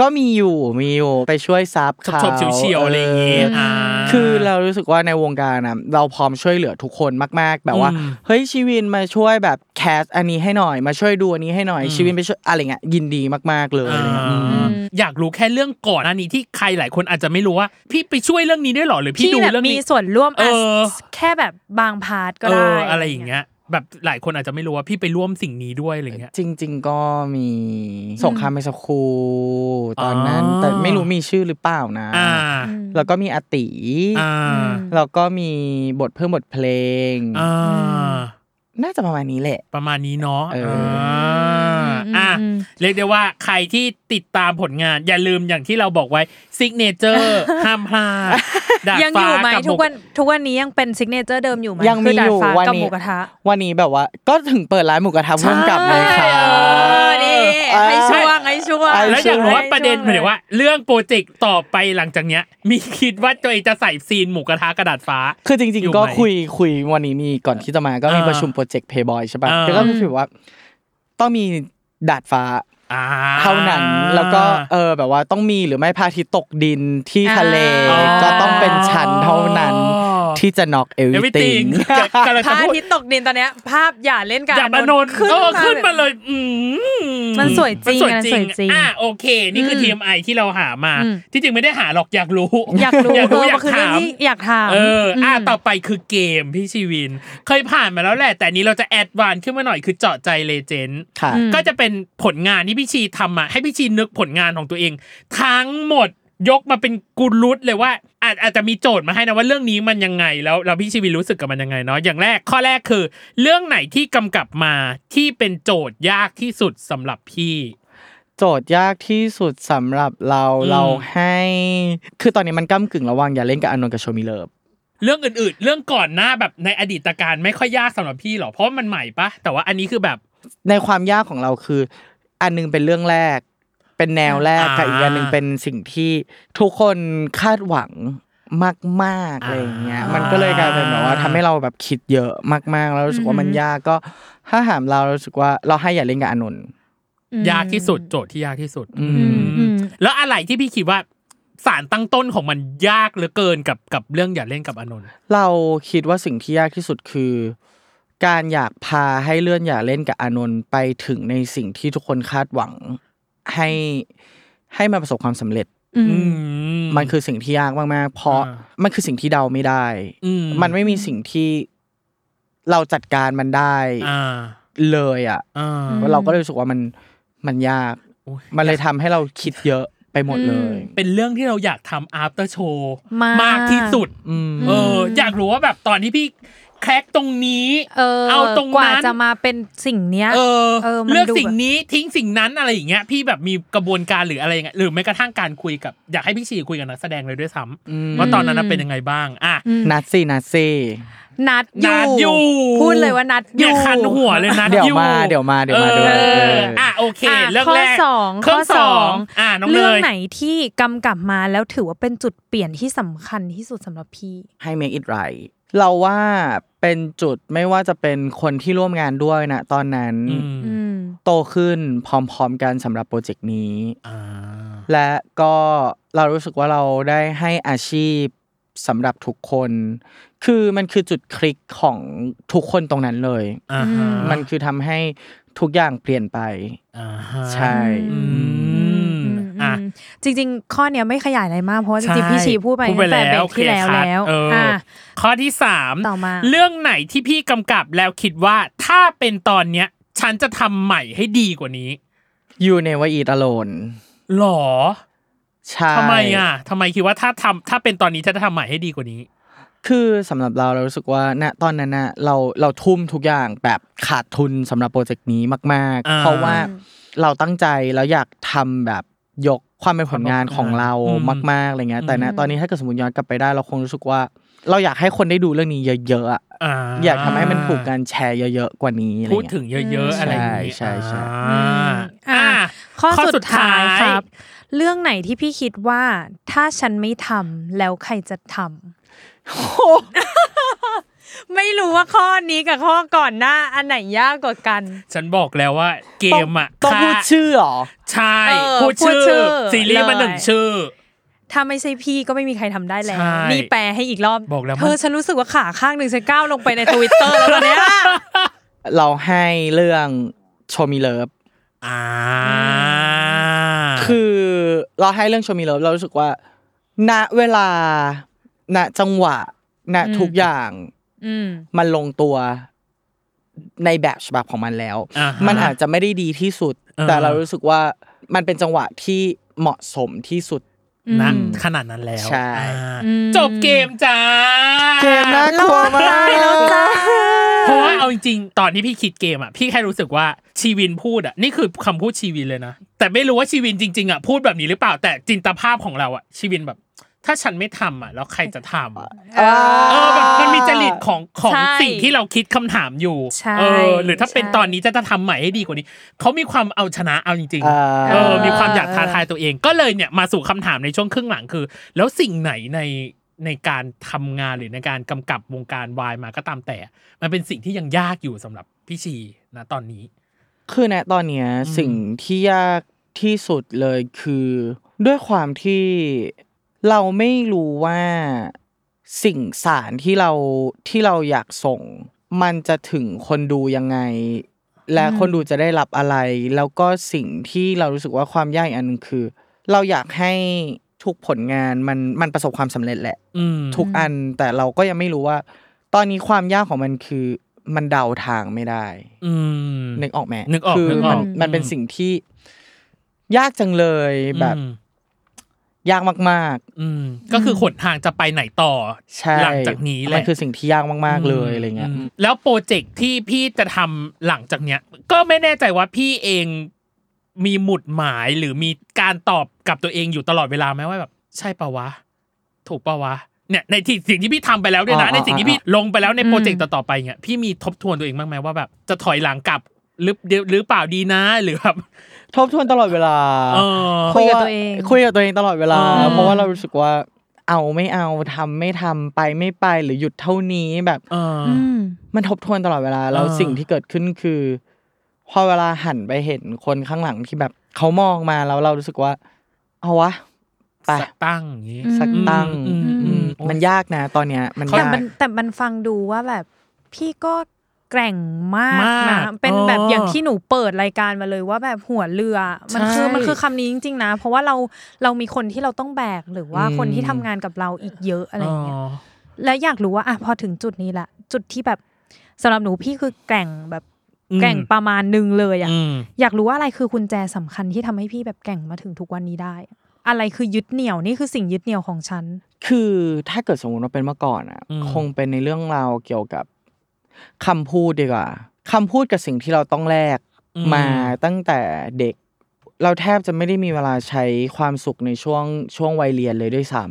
ก็มีอยู่มีอยู่ไปช่วยซับ ชบ เขา ชบๆเฉียวๆอะไรอย่างงี้อ่า คือเรารู้สึกว่าในวงการอะเราพร้อมช่วยเหลือทุกคนมาก ๆ แบบว่า อืม เฮ้ยชีวินมาช่วยแบบแคสอันนี้ให้หน่อย มาช่วยดูอันนี้ให้หน่อย ชีวินไปช่วยอะไรเงี้ยยินดีมาก ๆ เลย อ่า อะไรเงี้ยอืม อยากรู้แค่เรื่องก่อนอันนี้ที่ใครหลายคนอาจจะไม่รู้ว่า พี่ไปช่วยเรื่องนี้ด้วยเหรอหรือพี่ ที่ ดู แบบ เรื่อง มี นี้ ส่วนร่วม เอ อ่ะ อ แค่แบบบางพาร์ทก็ เอ ได้ ออะไรอย่างเงี้ย แบบหลายคนอาจจะไม่รู้ว่าพี่ไปร่วมสิ่งนี้ด้วยอะไรเงี้ย จริง ๆ ก็มีสงครามไมสคูตอนนั้น อ๋อ แต่ไม่รู้มีชื่อหรือเปล่านะ อ่า อืม แล้วก็มีอาติ อ่า แล้วก็มีบทเพิ่มบทเพลง อ่า น่าจะประมาณนี้แหละ ประมาณนี้เนาะ เอออ่ าอ่ะ เรียกได้ว่าใครที่ติดตามผลงาน อย่าลืมอย่างที่เราบอกไว้ซิกเนเจอ *laughs* ร์ ห้ามพลาดดาด ยังอยู่ไหม ฟ้าบ ทุกวันทุกวันนี้ยังเป็นซิกเนเจอร์เดิมอยู่ไหม ยัง คื มี ดา อ ด ยู่ ฟ้า วัน กับห นี้ มูกระทะ วันนี้แบบว่าก็ถึงเปิดร้านหมูกระทะพ่วงกับเลยค่ะ เออนี่ เออ ให้ช่วงให้ช่วง ไอ้ แล้วอยากรู้ว่าประเด็นหมายถึง ว่า ว่า เรื่องโปรเจกต์ต่อไปหลังจากเนี้ย *laughs* มีคิดว่าตัวเองจะใส่ซีนหมูกระทะกระดาษฟ้า คือจริง อยู่ไหม ๆ ก็คุยคุยวันนี้มีก่อนที่จะมาก็มี อ่า ประชุมโปรเจกต์เพย์บอยใช่ป่ะ อ่า แล้วก็รู้สึกว่า ต้องมีดาดฟ้า อ่า เท่านั้น แล้วก็เออแบบว่าต้องมีหรือไม่พระอาทิตย์ตกดินที่ทะเล อ่า ก็ต้องเป็นชั้นเท่านั้น อ๋อ ท ที่จะ knock everything everything *laughs* กำลัง พ จะ ระอา *laughs* พูด ทิตย์ตกดินตอนเนี้ย ภาพอย่าเล่นกัน อย่ามาโนนเออขึ้นมาเลย อืม มันสวยจริง มันสวย อันนั้น จ สวริยจริ ง ง อ่ะโอเค นี่คือ ม TMI ที่เราหามา อืม ที่จริงไม่ได้หาหรอกอยากรู้ อยากรู้ อยากรู้ เออ อยา มักนคือ ถา เรื่อง ม ที่อยากถาม เออ อ่ะ ม ต่อไปคือเกมพี่ชีวิน เคยผ่านมาแล้วแหละ แต่อันนี้เราจะแอดวานซ์ขึ้นมาหน่อยคือเจาะใจเลเจนด์ ค่ะ อืม ก็จะเป็นผลงานที่พี่ชีทำอ่ะให้พี่ชีนึกผลงานของตัวเอง ทั้งหมดยกมาเป็นกูรุตเลยว่าอาจอาจจะมีโจทย์มาให้นะว่าเรื่องนี้มันยังไงแล้วแล้วพี่ชีวินรู้สึกกับมันยังไงเนาะอย่างแรกข้อแรกคือ เรื่องไหนที่กำกับมาที่เป็นโจทย์ยากที่สุดสำหรับพี่ โจทย์ยากที่สุดสำหรับเรา อืม เราให้ คือตอนนี้มันก้ากึ่งระหว่างอย่าเล่นกับอานนท์กับโชมิเลิฟ เรื่องอื่นๆ เรื่องก่อนหน้าแบบในอดีตการไม่ค่อยยากสำหรับพี่หรอเพราะมันใหม่ปะแต่ว่าอันนี้คือแบบ ในความยากของเราคือ อันหนึงเป็นเรื่องแรก เป็นแนวแรก อ่า กับอีกอันหนึ่งเป็นสิ่งที่ทุกคนคาดหวังมากๆอะไรอย่างเงี้ย อ่ามั มันก็เลยกลายเป็นแบบว่าทำให้เราแบบคิดเยอะมากๆ แล้วรู้สึกว่ามัน อือหือ ยากก็ถ้าถามเราเรารู้สึกว่าเราให้อย่าเล่นกับอานนท์ อืม ยากที่สุดโจทย์ที่ยากที่สุด อื อื ม มอืม แล้วอะไรที่พี่คิดว่าสารตั้งต้นของมันยากเหลือเกินกับกับเรื่องอย่าเล่นกับอานนท์ เราคิดว่าสิ่งที่ยากที่สุดคือ การอยากพาให้เลื่อนอยากเล่นกับอานนท์ไปถึงในสิ่งที่ทุกคนคาดหวังให้ให้มันประสบความสำเร็จ อืม มันคือสิ่งที่ยากมากๆ เพราะ อ่า มันคือสิ่งที่เดาไม่ได้ อื มันไม่มีสิ่งที่เราจัดการมันได้ อ่า เลยอ่ะ อ่า อืม เราก็เลยรู้สึกว่ามันมันยาก โอ้ย มันเลยทำให้เราคิดเยอะไปหมดเลย เป็นเรื่องที่เราอยากทำ after show มาก มากที่สุด อืม เออ อยากรู้ว่าแบบตอนที่พี่แคร็กตรงนี้ เออ เอาตรง กว่า นั้น จะมาเป็นสิ่งเนี้ย เออ เออมัน เลือก ดู สิ่งนี้ทิ้งสิ่งนั้นอะไรอย่างเงี้ย พี่แบบมีกระบวนการหรืออะไรอย่างเงี้ยหรือแม้กระทั่งการคุยกับอยากให้พี่ชีคุยกับนักแสดงเลยด้วยซ้ อืม ำว่าตอนนั้นนะเป็นยังไงบ้างอ่ะ อืม นัดซี่นัดซี่ นัดอ นัดอยู่ ยู่ พูดเลยว่านัดอ เนี่ย ยู่ คันหัวเลย *laughs* นะ เดี๋ยว อยู่ มาเดี๋ยวมาเดี๋ยวมาเดี๋ยวมา เอ เอ อ ออ่ อ่ะโอเค อ่ะ เรื่อง ข้อ แรก สอง ข้อ ข้อ ส ส อ อง ง อ่ะน้องเน เรื่อง ย ไหนที่กำกับมาแล้วถือว่าเป็นจุดเปลี่ยนที่สำคัญที่สุดสำหรับพี่ ให้ make it right เราว่าเป็นจุดไม่ว่าจะเป็นคนที่ร่วมงานด้วยนะตอนนั้น อืม อืม โตขึ้นพร้อมๆกันสำหรับโปรเจกต์นี้ อ่า และก็เรารู้สึกว่าเราได้ให้อาชีพสำหรับทุกคน คือมันคือจุดคลิกของทุกคนตรงนั้นเลย อ่าฮะ อืม มันคือทำให้ทุกอย่างเปลี่ยนไป อ่าฮะ ใช่ อืม อื อ่ะ มจริง ๆ ข้อเนี้ยไม่ขยายอะไรมาก เพราะว่าจ ใช่ ริงๆพี่ชีพูดไป พูดไป ตั้งแต่เบร แล้ว กที่แล้ว โอเคครับ แล้ว เอออ่ ะ ข้อที่สาม ต่อมา เรื่องไหนที่พี่กำกับแล้วคิดว่าถ้าเป็นตอนเนี้ย ฉันจะทำใหม่ให้ดีกว่านี้ อยู่ในว่าอีตโลน หรอ ใช่ ทำไมอ่ะทำไมคิดว่าถ้าทำถ้าเป็นตอนนี้ฉันจะทำใหม่ให้ดีกว่านี้ คือสำหรับเราเรารู้สึกว่าณตอนนั้นนะเราเราทุ่มทุกอย่างแบบขาดทุนสำหรับโปรเจกต์นี้มาก อ่า ๆ เพราะว่า เราตั้งใจแล้วอยากทำแบบยกความเป็นผลงานของเรา อืม มากๆอะไรเงี้ย อืม แต่นะตอนนี้ถ้าเกิดสมมติย้อนกลับไปได้ เราคงรู้สึกว่า เราอยากให้คนได้ดูเรื่องนี้เยอะๆอะ อ่า อยากทำให้มันถูกการแชร์เยอะๆกว่านี้อะไร พูด เงี้ย ถึงเยอะ ๆ อะไรอย่างนี้ ใช่ใช่ใช่ อ่า อ่ะ อ่ะ ข้อ ข้อสุ สุ ด ด ท้า ท้าย ยครับ เรื่องไหนที่พี่คิดว่า ถ้าฉันไม่ทำแล้วใครจะทำ *laughs* ไม่รู้ว่าข้อนี้กับข้อก่อนหน้า อันไหนยากกว่ากัน ฉันบอกแล้วว่าเกมอ่ะ ต้องพูดชื่อเหรอ ใช่ เออ พูด พูด ชื่ ชื่ อ อ ซีรีส์มา เลย หนึ่งชื่อ ถ้าไม่ใช่พี่ก็ไม่มีใครทำได้แล้ว ใช่ นี่แปลให้อีกรอบ บอกแล้วมัน เธอฉันรู้สึกว่าขาข้างหนึ่งฉันก้าวลงไปในทวิตเตอร์แล้วตอนเนี้ย เราให้เรื่องโชมิเลิฟ อ่า คือเราให้เรื่องโชมิเลิฟเรารู้สึกว่า ณเวลา ณจังหวะ ณ อืม ทุกอย่าง อืม มันลงตัวในแบบฉบับของมันแล้ว อ่าฮะ มันอาจจะไม่ได้ดีที่สุด อ่า แต่เรารู้สึกว่ามันเป็นจังหวะที่เหมาะสมที่สุด นะ อืม ขนาดนั้นแล้ว ใช่ อ่า อืม จบเกมจ้า เกมน่ากลัวมาก เพราะว่าเอาจริงๆ ตอนที่พี่คิดเกมอ่ะ พี่แค่รู้สึกว่าชีวินพูดอ่ะ นี่คือคำพูดชีวินเลยนะ แต่ไม่รู้ว่าชีวินจริง ๆอ่ะพูดแบบนี้หรือเปล่า แต่จินตภาพของเราอ่ะ ชีวินแบบ ถ้าฉันไม่ทำอ่ะ แล้วใครจะทำเออแบบมันมีจริตของของ ใช่ สิ่งที่เราคิดคำถามอยู่ ใช่ เออ หรือถ้าเป็น ใช่ ตอนนี้จะจะทำใหม่ให้ดีกว่านี้เขามีความเอาชนะเอาจริง ๆ เอ่อ เออ มีความ เออ อ อ ยากท้าทายตัวเอง ก็เลยเนี่ยมาสู่คำถามในช่วงครึ่งหลังคือ แล้วสิ่งไหนในในการทำงานหรือในการกำกับวงการวายมาก็ตามแต่ มันเป็นสิ่งที่ยังยากอยู่สำหรับพี่ชีนะตอนนี้ คือณตอนเนี้ย อืม สิ่งที่ยากที่สุดเลยคือ ด้วยความที่เราไม่รู้ว่า สิ่งสารที่เราที่เราอยากส่ง มันจะถึงคนดูยังไง และคนดูจะได้รับอะไร แล้วก็สิ่งที่เรารู้สึกว่าความยากอีกอันหนึงคือ เราอยากให้ทุกผลงานมันมันประสบความสำเร็จแหละ อืม ทุกอันแต่เราก็ยังไม่รู้ว่า ตอนนี้ความยากของมันคือมันเดาทางไม่ได้ อืม นึกออกไหม นึกออก คื นึกออก มัน อืม มันเป็นสิ่งที่ยากจังเลยแบบ อืม ยากมาก อืมก็คือขนทางจะไปไหนต่อ ๆ ใช่ หลังจากนี้แหละ มันคือสิ่งที่ยากมากๆเลยอะไรเงี้ย มแล้วโปรเจกต์ที่พี่จะทำหลังจากเนี้ย ก็ไม่แน่ใจว่าพี่เองมีหมุดหมายหรือมีการตอบกับตัวเองอยู่ตลอดเวลาไหมว่าแบบ ใช่ปะวะ ถูกปะวะเนี่ยในที่สิ่งที่พี่ทำไปแล้วด้วยนะ อ่า ในสิ่งที่พี่ลงไปแล้วใน อืม โปรเจกต์ต่อๆไปเนี่ยพี่มีทบทวนตัวเองบ้างไหมว่าแบบจะถอยหลังกลับหรือหรือเปล่าดีนะหรือแบบ ทบทวนตลอดเวลา เออ เพ คุยกับราะา ตัวเอง คุยกับตัวเองตลอดเวลา อ่า เพราะว่าเรารู้สึกว่า เอาไม่เอาทำไม่ทำไปไม่ไปหรือหยุดเท่านี้แบบ เออ อืม มันทบทวนตลอดเวลาแล้ว อ่า สิ่งที่เกิดขึ้นคือพอเวลาหันไปเห็นคนข้างหลังที่แบบเขามองมาแล้วเรารู้สึกว่า เอาวะไป สักตั้งอย่างนี้ สักตั้ง อืม อืม อืม อืม มันยากนะ ตอนเนี้ยมัน แต่ ยาก มันแต่มันฟังดูว่าแบบพี่ก็แกร่งมาก มาก นะเป็น อ๋อ แบบอย่างที่หนูเปิดรายการมาเลยว่าแบบหัวเรือ มันคือ ใช่ มันคือคำนี้จริง ๆ นะ เพราะว่าเราเรามีคนที่เราต้องแบกหรือว่า อืม คนที่ทำงานกับเราอีกเยอะอะไรอย่างเงี้ย และอยากรู้ว่าอ่ะพอถึงจุดนี้ละจุดที่แบบสำหรับหนูพี่คือแกร่งแบบ อืม แกร่งประมาณหนึงเลยอ่ะ อืม อยากรู้ว่าอะไรคือกุญแจสำคัญที่ทำให้พี่แบบแกร่งมาถึงทุกวันนี้ได้ อะไรคือยึดเหนี่ยวนี่คือสิ่งยึดเหนี่ยวของฉัน คือถ้าเกิดสมมติว่าเป็นเมื่อก่อนอ่ะ อืม คงเป็นในเรื่องราวเกี่ยวกับคำพูดดีกว่าคำพูดกับสิ่งที่เราต้องแลก อื มาตั้งแต่เด็ก เราแทบจะไม่ได้มีเวลาใช้ความสุขในช่วงช่วงวัยเรียนเลยด้วยซ้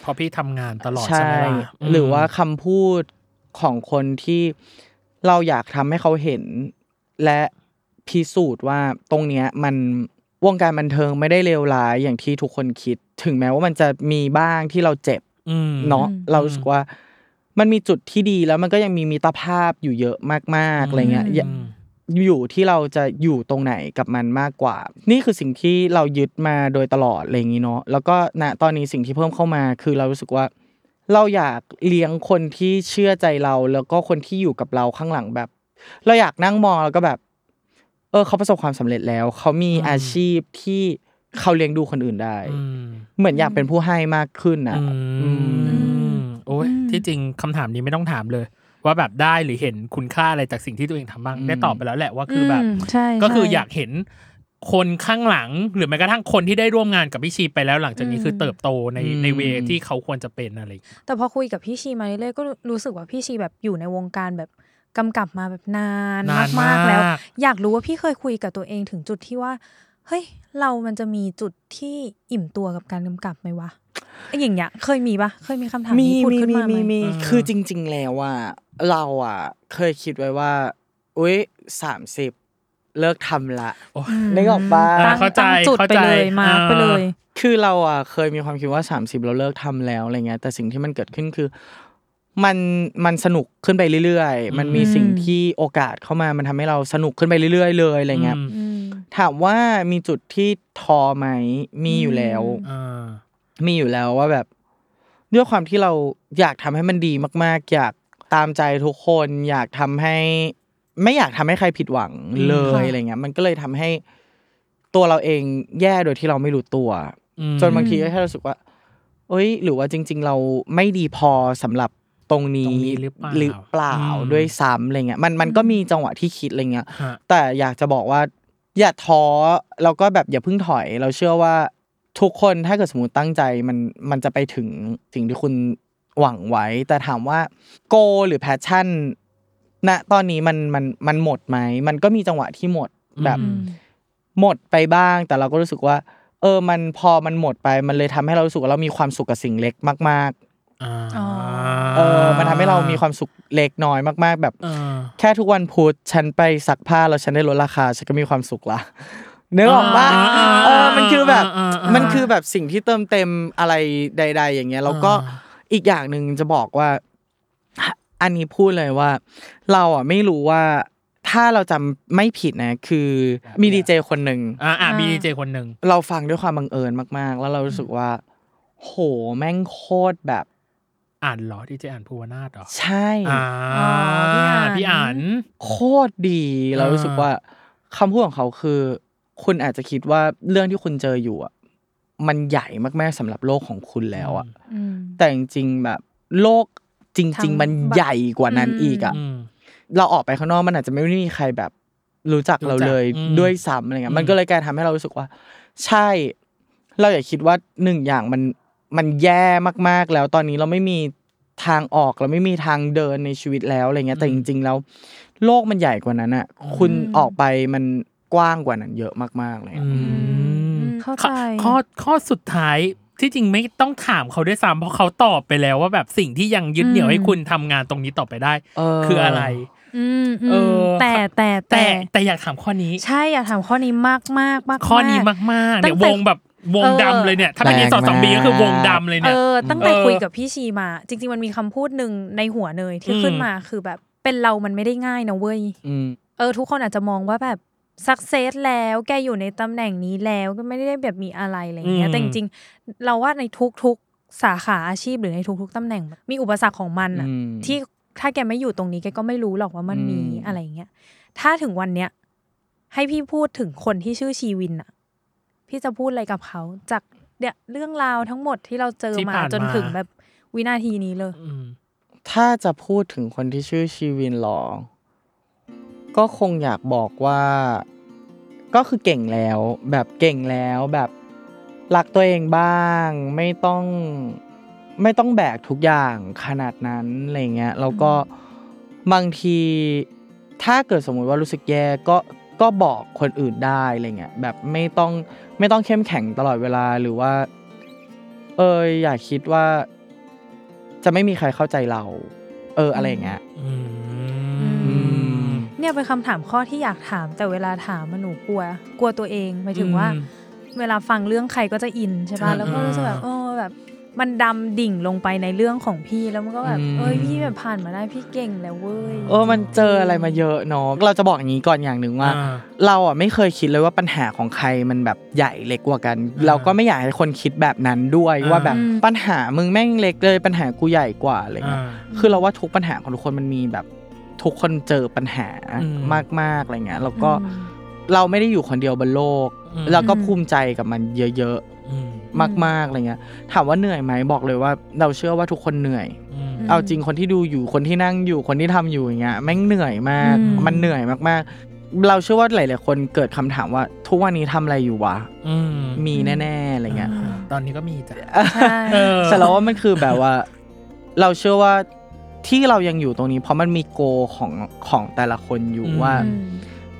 เพราะพี่ทำงานตลอด ำ ใช่ไหมล่ะม หรือว่าคำพูดของคนที่เราอยากทำให้เขาเห็น และพิสูจน์ว่าตรงเนี้ยมันวงการบันเทิงไม่ได้เลวร้ายอย่างที่ทุกคนคิด ถึงแม้ว่ามันจะมีบ้างที่เราเจ็บ อืม เนาะ อืม เรารู้สึกว่ามันมีจุดที่ดีแล้วมันก็ยังมีมิตรภาพอยู่เยอะมากๆอะไรเงี้ย อืม อย่าอยู่ที่เราจะอยู่ตรงไหนกับมันมากกว่า นี่คือสิ่งที่เรายึดมาโดยตลอดอะไรอย่างนี้เนาะแล้วก็ณตอนนี้สิ่งที่เพิ่มเข้ามาคือเรารู้สึกว่า เราอยากเลี้ยงคนที่เชื่อใจเรา แล้วก็คนที่อยู่กับเราข้างหลังแบบ เราอยากนั่งมองแล้วก็แบบ เออเขาประสบความสำเร็จแล้วเขามี อืม อาชีพที่เขาเลี้ยงดูคนอื่นได้ อืม เหมือนอยากเป็นผู้ให้มากขึ้นนะ อืม มโอ้ย อืม ที่จริงคำถามนี้ไม่ต้องถามเลย ว่าแบบได้หรือเห็นคุณค่าอะไรจากสิ่งที่ตัวเองทำบ้าง อืม ได้ตอบไปแล้วแหละว่าคือแบบ มใช่ ก็คือ ใช่ อยากเห็นคนข้างหลัง หรือแม้กระทั่งคนที่ได้ร่วมงานกับพี่ชีไปแล้วหลังจากนี้ อืม คือเติบโตใน อืม ในเวที่เขาควรจะเป็นอะไรอย่างเงี้ย แต่พอคุยกับพี่ชีมาเรื่อยๆก็รู้สึกว่าพี่ชีแบบอยู่ในวงการแบบกำกับมาแบบนาน นาน มากๆแล้ว มาก อยากรู้ว่าพี่เคยคุยกับตัวเองถึงจุดที่ว่า เฮ้ย เรามันจะมีจุดที่อิ่มตัวกับการกำกับไหมวะไอ้อย่างเงี้ยเคยมีปะเคยมีคำถามนี้ผุดขึ้นมาไหม มี อ่า คือจริง ๆ แล้วอ่ะเราอ่ะเคยคิดไว้ว่าอุ้ยสามสิบเลิกทำละ โอ้ย นึกออกปะ ตั้ง เข้าใจ ตั้งจุด เข้า ไป ใจ เลยมาร์คไปเลย อ่า คือเราอ่ะเคยมีความคิดว่า 30 เราเลิกทำแล้วอะไรเงี้ยแต่สิ่งที่มันเกิดขึ้นคือ มันมันสนุกขึ้นไปเรื่อยๆ มันมี อืม สิ่งที่โอกาสเข้ามามันทำให้เราสนุกขึ้นไปเรื่อยๆ เลยอะไรเงี้ย อืม อืม ถามว่ามีจุดที่ท้อไหมมีอยู่แล้ว อืม อ่า มีอยู่แล้วว่าแบบด้วยความที่เราอยากทำให้มันดีมาก ๆ อยากตามใจทุกคน อยากทำให้ ไม่อยากทำให้ใครผิดหวังเลย ค่ะ อะไรเงี้ยมันก็เลยทำให้ตัวเราเองแย่โดยที่เราไม่รู้ตัว อืม จนบางทีก็แค่รู้สึกว่า เอ้ย หรือว่าจริง ๆ เราไม่ดีพอสำหรับตรง ตร นี้ งนี้หรือเปล่า เปล่า อืม ด้วยซ้ำอะไรเงี้ยมันมันก็มีจังหวะที่คิดอะไรเงี้ย ฮะ แต่อยากจะบอกว่า อย่าท้อแล้วก็แบบอย่าเพิ่งถอย เราเชื่อว่าทุกคนถ้าเกิดสมมติตั้งใจมันมันจะไปถึงสิ่งที่คุณหวังไว้ แต่ถามว่าโกหรือแพชชั่นณตอนนี้มันมันมันหมดไหมมันก็มีจังหวะที่หมดแบบ อืม หมดไปบ้าง แต่เราก็รู้สึกว่า เออมันพอมันหมดไป มันเลยทำให้เรารู้สึกว่าเรามีความสุขกับสิ่งเล็กมาก อ่า อ๋อ ๆ เออ มันทำให้เรามีความสุขเล็กน้อยมาก ๆ แบบ เออ แค่ทุกวันพุธฉันไปซักผ้าแล้วฉันได้ลดราคาฉันก็มีความสุขละ *laughs* นึกออกปะ อ่า เออมันคือแบบ อ่าอ่าอ่ามั มันคือแบบสิ่งที่เติมเต็มอะไรใด ๆ อย่างเงี้ยแล้วก็ อ่า อีกอย่างหนึ่งจะบอกว่า อันนี้พูดเลยว่า เราอ่ะไม่รู้ว่าถ้าเราจำไม่ผิดนะ คือมีดีเจคนหนึ่ง อ่าอ่ามีดีเจคนหนึ่ง เราฟังด้วยความบังเอิญมากๆ แล้วเรารู้สึกว่า โหแม่งโคตรแบบ อ่านเหรอดีเจอ่านภูวนาถเหรอ ใช่ อ่า อ๋อพี่ พี่ อ่า อ่าน น โคตรดี อ่า เรารู้สึกว่าคำพูดของเขาคือ คุณอาจจะคิดว่าเรื่องที่คุณเจออยู่อ่ะมันใหญ่มากๆสำหรับโลกของคุณแล้วอ่ะ อืม แต่จริงๆแบบโลกจ ทั้ ริง ง ๆ มัน แบบ ใหญ่กว่านั้น อืม อีกอ่ะ อืม เราออกไปข้างนอกมันอาจจะไม่ได้มีใครแบบรู้จักเราเลย รู้จักอืม ด้วยซ้ำอะไรเงี้ อื ย ม มันก็เลยกลายทำให้เรารู้สึกว่า ใช่ เราอย่าคิดว่าหนึ่งอย่างมันมันแย่มากๆแล้วตอนนี้เราไม่มีทางออกเราไม่มีทางเดินในชีวิตแล้วอะไรเงี้ยแต่จริง ๆ แล้ว โลกมันใหญ่กว่านั้นอ่ะ คุณออกไปมันกว้างกว่านั้นเยอะมากๆเลยอะ อืม เข้า ข้อ ใจ ข้อข้อสุดท้ายที่จริงไม่ต้องถามเขาด้วยซ้ำเพราะเขาตอบไปแล้วว่าแบบสิ่งที่ยังยึดเหนี่ยวให้คุณทำงานตรงนี้ต่อไปได้ เ คืออะไร อืมอืม เออ แต่แต่ แต่ แต่ แต่อยากถามข้อนี้ ใช่อยากถามข้อนี้มากมากมาก ข้อนี้มากๆ ตั้ เนี่ย งแต่ วงแบบวงดำเลยเนี่ย ถ้าเป็น แร ดี ง สอดสองบี มาก ก็คือวงดำเลย เอ เนี่ย อตั้งแต่ เออ คุยกับพี่ชีมา จริง ๆ มันมีคำพูดหนึ่งในหัวเนยที่ อืม ขึ้นมาคือแบบเป็นเรามันไม่ได้ง่ายนะเว้ย อืม เออทุกคนอาจจะมองว่าแบบสักเซสแล้วแกอยู่ในตำแหน่งนี้แล้วก็ไม่ได้แบบมีอะไรอะไรอย่างเงี้ย อืม แต่จริงๆเราว่าในทุกๆสาขาอาชีพหรือในทุกๆตำแหน่ง มีอุปสรรคของมันอะ อืม ที่ถ้าแกไม่อยู่ตรงนี้แกก็ไม่รู้หรอกว่ามันมี อืม อะไรอย่างเงี้ยถ้าถึงวันเนี้ยให้พี่พูดถึงคนที่ชื่อชีวินอะพี่จะพูดอะไรกับเขาจากเนี่ยเรื่องราวทั้งหมดที่เราเจอ ที่ มา ผ่านมา จนถึงแบบวินาทีนี้เลย ม ถ้าจะพูดถึงคนที่ชื่อชีวินหรอ ก็คงอยากบอกว่า ก็คือเก่งแล้ว แบบเก่งแล้วแบบรักตัวเองบ้าง ไม่ต้องไม่ต้องแบกทุกอย่างขนาดนั้นอะไรเงี้ยแล้วก็บางที ถ้าเกิดสมมุติว่ารู้สึกแย่ก็ก็บอกคนอื่นได้อะไรเงี้ยแบบไม่ต้องไม่ต้องเข้มแข็งตลอดเวลาหรือว่า เอออย่าคิดว่า จะไม่มีใครเข้าใจเรา เอออะไรอย่างเงี้ย อืม อื เนี่ยเป็นคำถามข้อที่อยากถาม แต่เวลาถามมันหนูกลัว กลัวตัวเองหมายถึงว่า อืม เวลาฟังเรื่องใครก็จะอินใช่ป่ะ ใช่ แล้วก็รู้สึกแบบเออแบบมันดำดิ่งลงไปในเรื่องของพี่แล้วมันก็แบบ อืม เอ้ยพี่แบบผ่านมาได้พี่เก่งแล้วเว้ย เออมันเจออะไรมาเยอะเนาะเราจะบอกอย่างนี้ก่อนอย่างหนึ่งว่า อ่า เราอ่ะไม่เคยคิดเลยว่าปัญหาของใครมันแบบใหญ่เล็กกว่ากัน อ่า เราก็ไม่อยากให้คนคิดแบบนั้นด้วย อ่า ว่าแบบปัญหามึงแม่งเล็กเลย ปัญหากูใหญ่กว่าอะไร อ่า เงี้ยคือเราว่าทุกปัญหาของทุกคนมันมีแบบ ทุกคนเจอปัญหา อืม มากๆอะไรเงี้ยแล้ว อืม ก็เราไม่ได้อยู่คนเดียวบนโลก อืม แล้วก็ อืม ภูมิใจกับมันเยอะ อืม ๆมากๆอะไรเงี้ย ถามว่าเหนื่อยไหมบอกเลยว่าเราเชื่อว่าทุกคนเหนื่อย อืม เอาจริงคนที่ดูอยู่คนที่นั่งอยู่คนที่ทำอยู่อย่างเงี้ยแม่งเหนื่อยมาก อืม มันเหนื่อยมากๆ เราเชื่อว่าหลายๆคนเกิดคำถามว่า ทุกวันนี้ทำอะไรอยู่วะ อืม มีแน่ๆอะไรเงี้ย อืม ตอนนี้ก็มีจ้ะ ใช่ เออ แต่เราว่ามันคือแบบว่า เราเชื่อว่าที่เรายังอยู่ตรงนี้ เพราะมันมีโกของของแต่ละคนอยู่ อืม ว่า อืม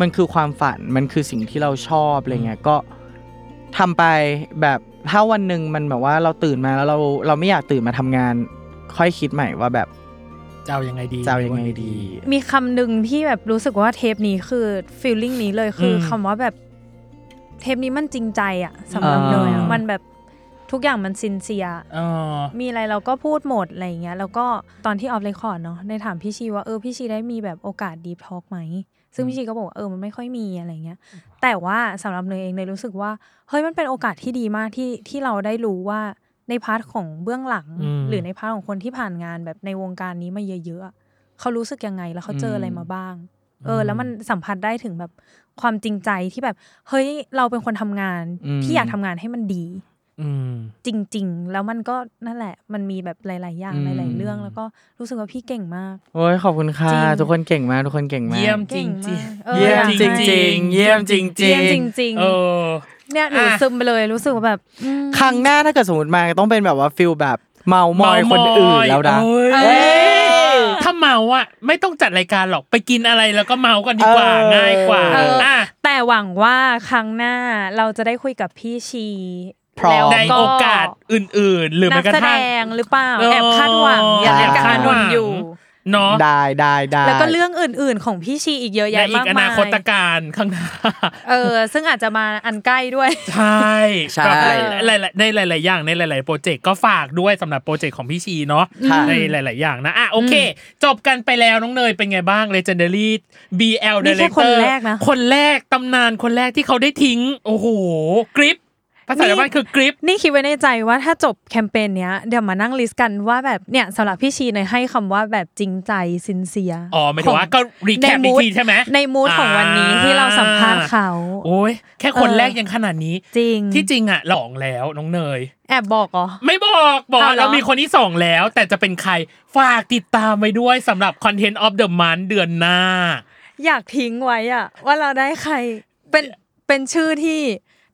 มันคือความฝันมันคือสิ่งที่เราชอบอะไรเงี้ยก็ทำไปแบบถ้าวันหนึ่งมันแบบว่าเราตื่นมาแล้วเราเราไม่อยากตื่นมาทำงาน ค่อยคิดใหม่ว่าแบบ จะเอายังไงดี จะเอายังไงดี มีคำหนึ่งที่แบบรู้สึกว่าเทปนี้คือฟีลลิ่งนี้เลยคืออ ม คำว่าแบบเทปนี้มันจริงใจอะสำหรับ อ่า เนยอะมันแบบทุกอย่างมันซินเซีย เออ มีอะไรเราก็พูดหมดอะไรอย่างเงี้ยแล้วก็ตอนที่ออฟเรคคอร์ดเนาะได้ถามพี่ชีว่าเออพี่ชีได้มีแบบโอกาสดีทอล์กไหม ซึ่งพี่ชีก็บอกว่าเออมันไม่ค่อยมีอะไรเงี้ยแต่ว่าสำหรับเนยเองเนยรู้สึกว่าเฮ้ยมันเป็นโอกาสที่ดีมากที่ที่เราได้รู้ว่าในพาร์ทของเบื้องหลัง อืม หรือในพาร์ทของคนที่ผ่านงานแบบในวงการนี้มาเยอะๆอะเขารู้สึกยังไงแล้วเขาเจออะไรมาบ้าง เออ แล้วมันสัมผัสได้ถึงแบบความจริงใจที่แบบเฮ้ยเราเป็นคนทำงาน อืม พี่อยากทำงานให้มันดี อืม จริง ๆ แล้วมันก็นั่นแหละ มันมีแบบหลาย ๆ อย่าง อืม หลายๆเรื่อง แล้วก็รู้สึกว่าพี่เก่งมาก โอ้ยขอบคุณค่ะ จริง ทุกคนเก่งมากทุกคนเก่งมาก เยี่ยมจ เก่ ริง ง จริง มากออ เยี่ยม อาก จ ให้ ริงๆเยี่ยมจริงๆ เยี่ยมจริง เออ ๆ เนี่ยหนู อ่ะ ซึมไปเลยรู้สึกว่าแบบอืม ครั้งหน้าถ้าเกิดสมมติมาต้องเป็นแบบว่าฟิลแบบเมามอยคนอื่นแล้วนะ เอ้ย เอ้ย ถ้าเมาอ่ะไม่ต้องจัดรายการหรอกไปกินอะไรแล้วก็เมากันดีกว่า เออ ง่ายกว่า เอออ่ ่ะ แต่หวังว่าครั้งหน้าเราจะได้คุยกับพี่ชี พร้อม แล้ว ในโอกาสอื่นๆ หรือ นั แม้ ก กระ แสด ทั่ง งหรือเปล่า เออ แอบคาดหวังอย่าง แอบ แอบคา คา ด ด ห หวั วัง ง อยู่ เนาะ ได้ได้ได้ แล้วก็เรื่องอื่น ๆ ของพี่ชีอีกเยอะ ใน แยะ อี มาก กมานอาย คตการข้างหน้า เออ ซึ่งอาจจะมาอันใกล้ด้วย ใช่ ใช่ หลายๆในหลาย ๆ อย่างในหลาย ๆ โปรเจกต์ก็ฝากด้วยสำหรับโปรเจกต์ของพี่ชีเนาะ ค่ะ ในหลาย ๆ อย่างนะอ่ะโอเค จบกันไปแล้วน้องเนยเป็นไงบ้าง Legendary BL นี่ Director แค่คนแรกนะ คนแรกตำนานคนแรกที่เขาได้ทิ้ง โอ้โหกริป ภาษาชาวบ้านคือกริป นี่คิดไว้ในใจว่าถ้าจบแคมเปญเนี้ยเดี๋ยวมานั่งลิสต์กันว่าแบบเนี่ยสำหรับพี่ชีเนยให้คำว่าแบบจริงใจซินเซีย อ๋อหมายถึงว่าก็ recap ใน mood อีกทีใช่ไหม ในมูดของวันนี้ อ่า ที่เราสัมภาษณ์เขา โอ้ยแค่คน เออ แรกยังขนาดนี้ จริง ที่จริงอ่ะหลองแล้วน้องเนย แอบบอกเหรอ ไม่บอกบอกว่า อ้าวเหรอ เรามีคนที่สองแล้ว แต่จะเป็นใครฝากติดตามไปด้วยสำหรับคอนเทนต์ออฟเดอะมันเดือนหน้า อยากทิ้งไว้อะว่าเราได้ใครเป็นเป็นชื่อที่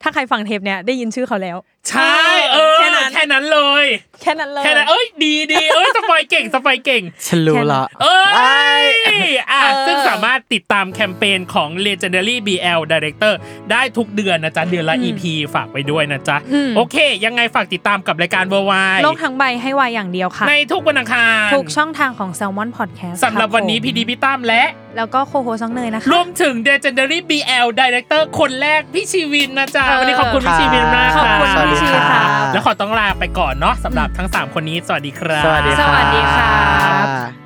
ถ้าใครฟังเทปเนี้ยได้ยินชื่อเขาแล้ว ใช่เออ แค่ แค่ นั้ นั้น น เลย แค่นั้นเลย แค่นั้นเอ้ยดีดีเอ้ *laughs* ยสปอยเก่งสปอยเก่ง ฉันรู้ละ เอ้ เอ้ ย ย อ่ะ เออ ซึ่งสามารถติดตามแคมเปญของ Legendary BL Director ได้ทุกเดือนนะจ๊ะ เดือนละ EP ฝากไปด้วยนะจ๊ะ โอเค ยังไงฝากติดตามกับรายการเวอร์ไว โลกทั้งใบให้วายอย่างเดียวค่ะ ในทุกวันอังคาร ถูกช่องทางของ Salmon Podcast สำหรับวันนี้พี่ดีพี่ตั้มและ แล้วก็โคโฮซองเนยนะคะ รวมถึง Legendary BL Director คนแรกพี่ชีวินนะจ๊ะ เออ วันนี้ขอบคุณพี่ชีวินมาก ขอบคุณ ะ พี่ชีวินค่ะ แล้วขอต้องลาไปก่อนเนาะสำหรับทั้ง 3 คนนี้ สวัสดีครับ สวัสดี สวัสดีค่ะ ค่ะ